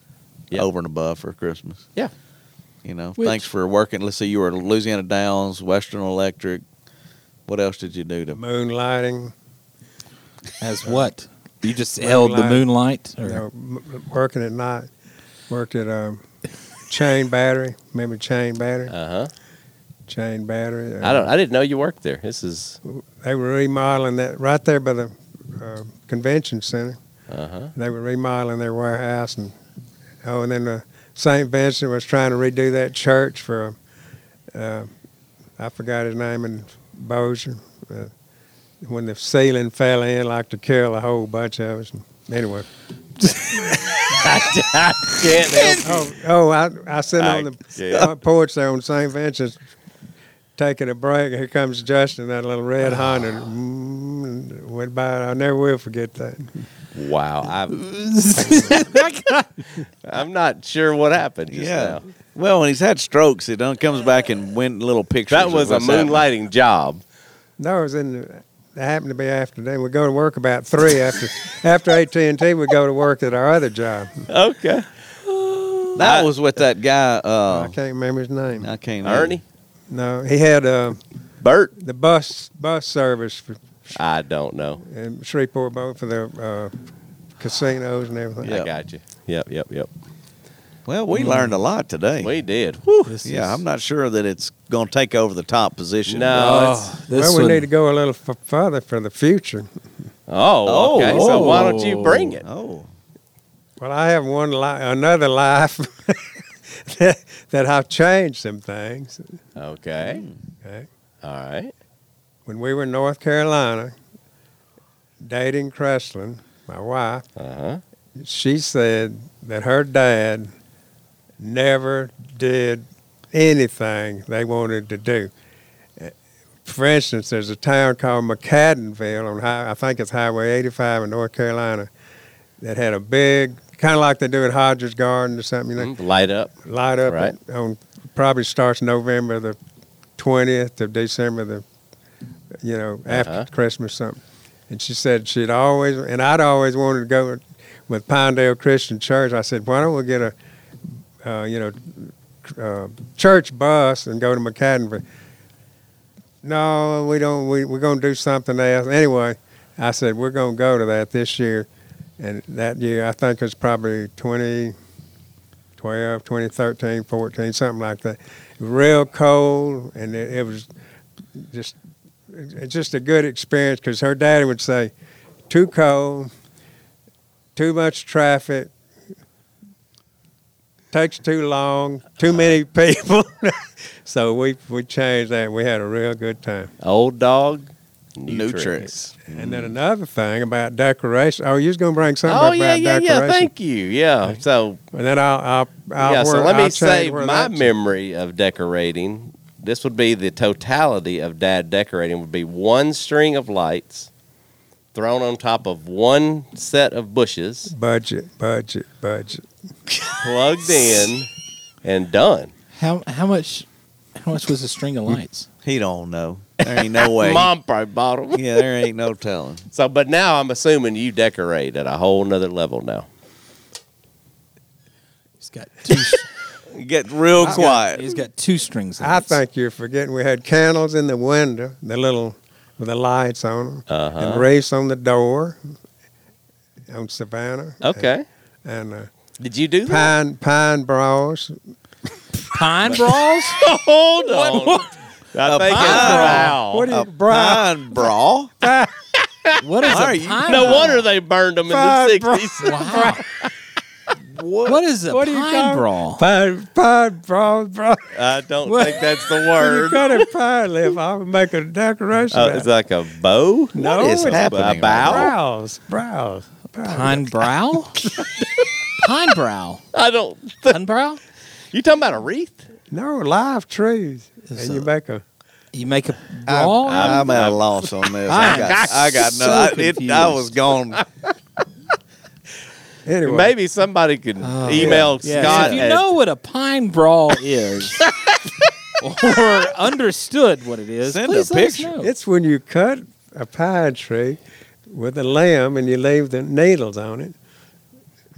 B: Yeah.
C: over and above for Christmas.
B: Yeah.
C: You know,
A: Which-
C: thanks for working. Let's see, you were at Louisiana Downs, Western Electric. What else did you do to?
D: Moonlighting,
A: as what you just held the moonlight.
D: you
A: or-
D: know, m- m- working at night. Worked at um, Chain Battery. Remember Chain Battery?
B: Uh huh.
D: chain Battery. uh,
B: I don't. I didn't know you worked there. This is.
D: They were remodeling that right there by the uh, convention center.
B: Uh huh.
D: They were remodeling their warehouse, and oh, and then the St. Vincent was trying to redo that church for, uh, I forgot his name in Bossier. Uh, when the ceiling fell in, like to kill a whole bunch of us. Anyway,
B: I can't help.
D: oh, oh, I I sit on the
B: Yeah.
D: front porch there on St. Vincent's, taking a break. Here comes Justin, that little red Honda. Mm, went by. I never will forget that.
B: Wow. I'm, I'm not sure what happened. Just
C: Yeah.
B: Now.
C: Well, when he's had strokes, it done comes back and win little pictures.
B: That
C: of
B: was a
C: what's happening.
B: moonlighting job.
D: No, it was in. The, it happened to be after day. We go to work about three after (laughs) after AT and T. We go to work at our other job.
B: Okay.
C: That was with that guy.
D: I
C: Uh,
D: can't remember his name.
C: I can't.
B: Ernie,
D: No, he had uh,
B: Bert.
D: the bus bus service for
B: I don't know.
D: in Shreveport boat for the uh, casinos and everything.
B: I
C: Yep.
B: got you. Yep. Yep. Yep.
C: Well, we learned a lot today.
B: We did.
A: This
C: yeah,
A: is-
C: I'm not sure that it's going to take over the top position.
B: No.
A: Oh, this
D: well, we
A: one-
D: need to go a little f- further for the future.
B: Oh.
C: Oh,
B: Okay. So why don't
A: oh.
B: you bring it?
C: Oh.
D: Well, I have one li- another life (laughs) that, that I've changed some things.
B: Okay.
D: Okay?
B: All right.
D: When we were in North Carolina, dating Cresslin, my wife,
B: Uh huh.
D: she said that her dad never did anything they wanted to do. Uh, For instance, there's a town called McCaddenville on high, I think it's Highway 85 in North Carolina that had a big, kind of like they do at Hodges Garden or something, you know,
B: Mm-hmm. Light up.
D: light up
B: Right.
D: at- on probably starts November the 20th of December the you know after
B: Uh-huh.
D: Christmas something. And she said she'd always and I'd always wanted to go with, with Pinedale Christian Church. I said why don't we get a uh, you know uh, church bus and go to McCaddenville. No, we don't. We, we're going to do something else. Anyway, I said we're going to go to that this year, and that year I think it's probably 2012, 2013, 14, something like that. Real cold, and it, it was just it's just a good experience because her daddy would say, "Too cold, too much traffic." Takes too long,
B: Uh-huh.
D: too many (laughs) people. so we we changed that. We had a real good time.
B: Old dog. New,
C: New
B: tricks.
C: tricks.
D: And then another thing about decoration. Oh, you was gonna bring something
B: Mm. Oh
D: up
B: yeah,
D: about
B: yeah,
D: decoration.
B: yeah. Thank you. Yeah. So
D: and then I'll, I'll, I'll
B: yeah, so
D: work-
B: let
D: I'll
B: me
D: change
B: say
D: where
B: my
D: that's-
B: memory of decorating. This would be the totality of dad decorating would be one string of lights thrown on top of one set of bushes,
D: budget, budget, budget.
B: plugged in and done.
A: How how much how much was a string of lights?
C: He don't know. There ain't (laughs) no way.
B: Mom probably bought 'em.
C: Yeah, there ain't no telling.
B: So but now I'm assuming you decorate at a whole nother level now.
A: He's got
C: (laughs)
A: two. s-
C: Get real
A: he's got-
C: quiet.
A: he's got two strings. Of
D: I
A: lights.
D: think you're forgetting we had candles in the window, the little with the lights on them,
B: Uh-huh.
D: and wreaths on the door on Savannah.
B: Okay.
D: And, and
B: Did you do
D: uh,
B: that?
D: pine pine bras.
A: pine
C: (laughs)
A: brawls.
B: Hold
D: (laughs)
B: on. I think it's wow.
D: What do you,
C: A
D: bra?
C: pine brawl.
A: What is
C: Why are
A: a
C: you-
A: pine?
B: No
A: brawl?
B: wonder they burned them in the
D: Fine, bro. (laughs)
B: sixties.
A: Wow.
C: What?
A: What is a
D: What do you
A: pine
D: call-
A: brawl?
D: Pine pine bras, bra.
B: I don't
D: What?
B: think that's the
D: You
B: word.
D: got a pine leaf. I'll make a decoration.
B: Oh,
D: out
B: it's like a bow.
D: No,
B: What is
D: it's
B: A
C: happening
B: bow.
D: Brows, brows.
A: Pine brow. pine brow.
B: I don't.
A: Pine brow.
B: You talking about a wreath?
D: No, live trees.
A: It's
D: and you
A: a-
D: make a.
A: You make a
C: I'm,
A: brawl.
C: I'm at a loss on this.
A: I
C: I
A: am
C: got, I got
A: so
C: no. I, it, I was
A: confused.
C: gone.
D: Anyway,
B: Maybe somebody could
A: Oh,
B: email
A: Yeah,
B: Scott.
A: if you
B: at-
A: know what a pine brawl
C: (laughs)
A: is, or understood what it is,
C: Send a
A: please let us
C: picture.
B: Oh.
A: know.
D: it's when you cut a pine tree with a limb and you leave the needles on it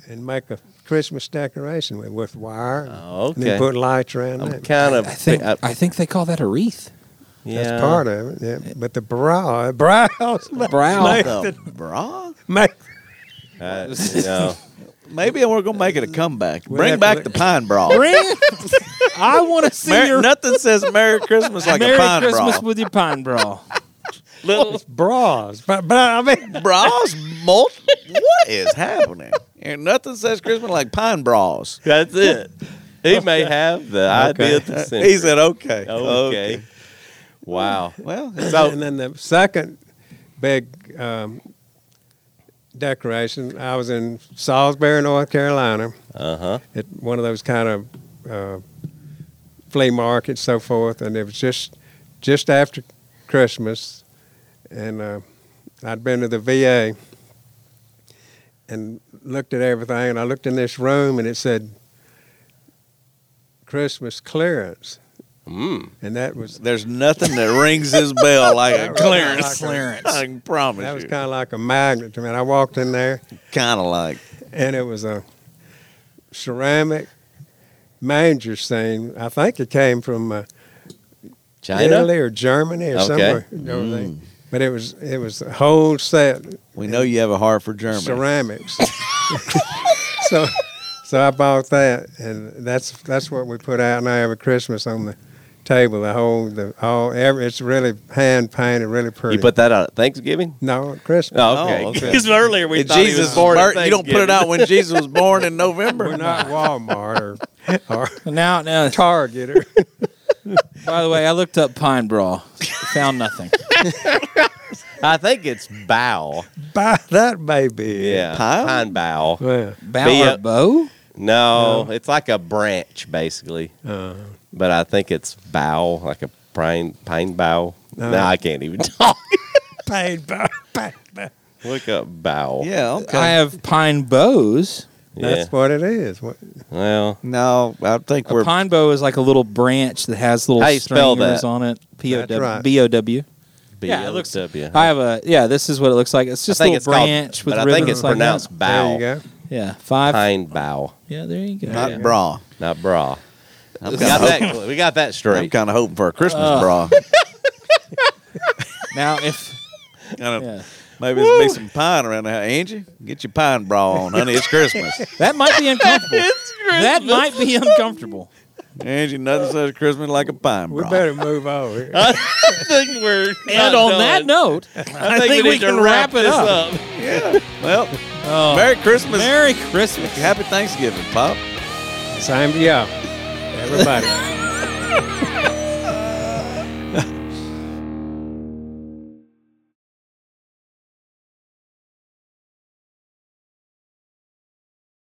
D: and make a Christmas decoration with, with wire.
B: Oh,
D: And then
B: okay.
D: put lights around
B: I'm
D: it.
B: kind of.
A: I think
B: I-
A: I think they call that a wreath.
B: yeah.
D: That's part of it. Yeah. But the brow, (laughs) brows
A: Brow.
D: Like-
C: The bra?
D: make.
B: Uh,
A: (laughs)
B: you know.
C: Maybe we're gonna make it a comeback.
D: We'll
C: Bring
D: have to
C: back
D: look-
C: the pine brawl.
A: Bring- I want to see
C: Mer-
A: your (laughs)
C: nothing says Merry Christmas like
A: Merry
C: a pine
A: Christmas
C: brawl.
A: with your pine brawl.
B: Little-
D: Bras. But, but I
A: (laughs)
D: mean,
C: Bras, molt. What is happening? And nothing says Christmas like pine bras.
B: that's it. He may have the idea. Of the century.
C: He said, "Okay,
B: okay. Wow.
C: Well,
B: So-
D: (laughs) and then the second big um, decoration, I was in Salisbury, North Carolina,
B: Uh huh.
D: at one of those kind of uh, flea markets, so forth, and it was just just after Christmas, and uh, I'd been to the VA and looked at everything, and I looked in this room, and it said Christmas clearance,
B: Mm.
D: and that was
C: there's nothing that rings his
A: (laughs)
C: bell like a clearance. (laughs)
A: Clarence.
C: I can promise
D: that was
C: you.
D: kind of like a magnet to me. And I walked in there,
C: Kind of like
D: and it was a ceramic manger scene. I think it came from. Uh, Italy
B: China.
D: or Germany or
B: Okay. Mm.
D: somewhere. over there. But it was it was a whole set
C: we know you have a heart for Germany.
D: ceramics. (laughs) so so I bought that and that's that's what we put out now every Christmas on the table. The whole the all every, it's really hand painted, really pretty.
B: You put that out at Thanksgiving.
D: no at Christmas.
B: Oh, okay.
C: Oh, okay.
B: (laughs) Because earlier we
C: If
B: thought he
C: Jesus
B: was born.
C: birth-
B: at
C: you don't put it
B: Thanksgiving.
C: out when Jesus was born in
D: We're
C: November.
D: not Walmart or, or
A: Now, now,
D: Target or
A: (laughs) by the way, I looked up pine brawl, found nothing.
B: I think it's bow.
D: (laughs) buy that baby.
B: Yeah.
C: Pine?
B: Pine bow.
D: Well,
A: Bow
B: Be
A: or
B: a-
A: bow?
B: No, it's like a branch basically,
D: Uh,
B: but I think it's bough, like a pine pine bough.
D: No.
A: Uh-huh.
B: No, I can't even (laughs) talk.
D: paid by, paid by.
B: Look up bough.
C: (laughs) Yeah. Okay.
A: I have pine bows.
B: Yeah.
D: That's what it is. What,
B: Well,
C: no, I think
A: A
C: we're.
A: pine bow is like a little branch that has little
B: How you spell
A: stringers
B: that?
A: on it. P O
D: That's
A: W
D: right.
A: B O W. Yeah, it looks-
B: B-O-W.
A: I have a yeah. This is what it looks like. It's just a little
B: called-
A: branch with
B: but I
A: ribbons
B: think it's
A: like
B: pronounced
D: there
B: bow.
D: you go.
A: That. Yeah, five.
B: Pine bow,
A: Yeah, there you go.
C: Not bra.
B: not bra. (laughs)
C: I'm
B: We
C: kinda
B: got
C: hoping-
B: that. We got that
C: I'm
B: straight.
C: kind of hoping for a Christmas bra.
A: Uh. (laughs) Now if
C: (laughs) Kinda-
A: yeah.
C: Maybe there'll be some pine around the house. Angie, get your pine bra on, honey. It's
A: (laughs)
C: Christmas.
A: that might be uncomfortable. that might be uncomfortable.
C: Angie, nothing says Christmas like a pine
D: We
C: bra.
D: better move on.
B: (laughs) I think we're
A: And on that note, I think, we, can wrap, it up.
C: (laughs) Well,
A: Oh.
C: Merry Christmas.
A: Merry Christmas.
C: Happy Thanksgiving, Pop.
D: Same to y'all. Everybody.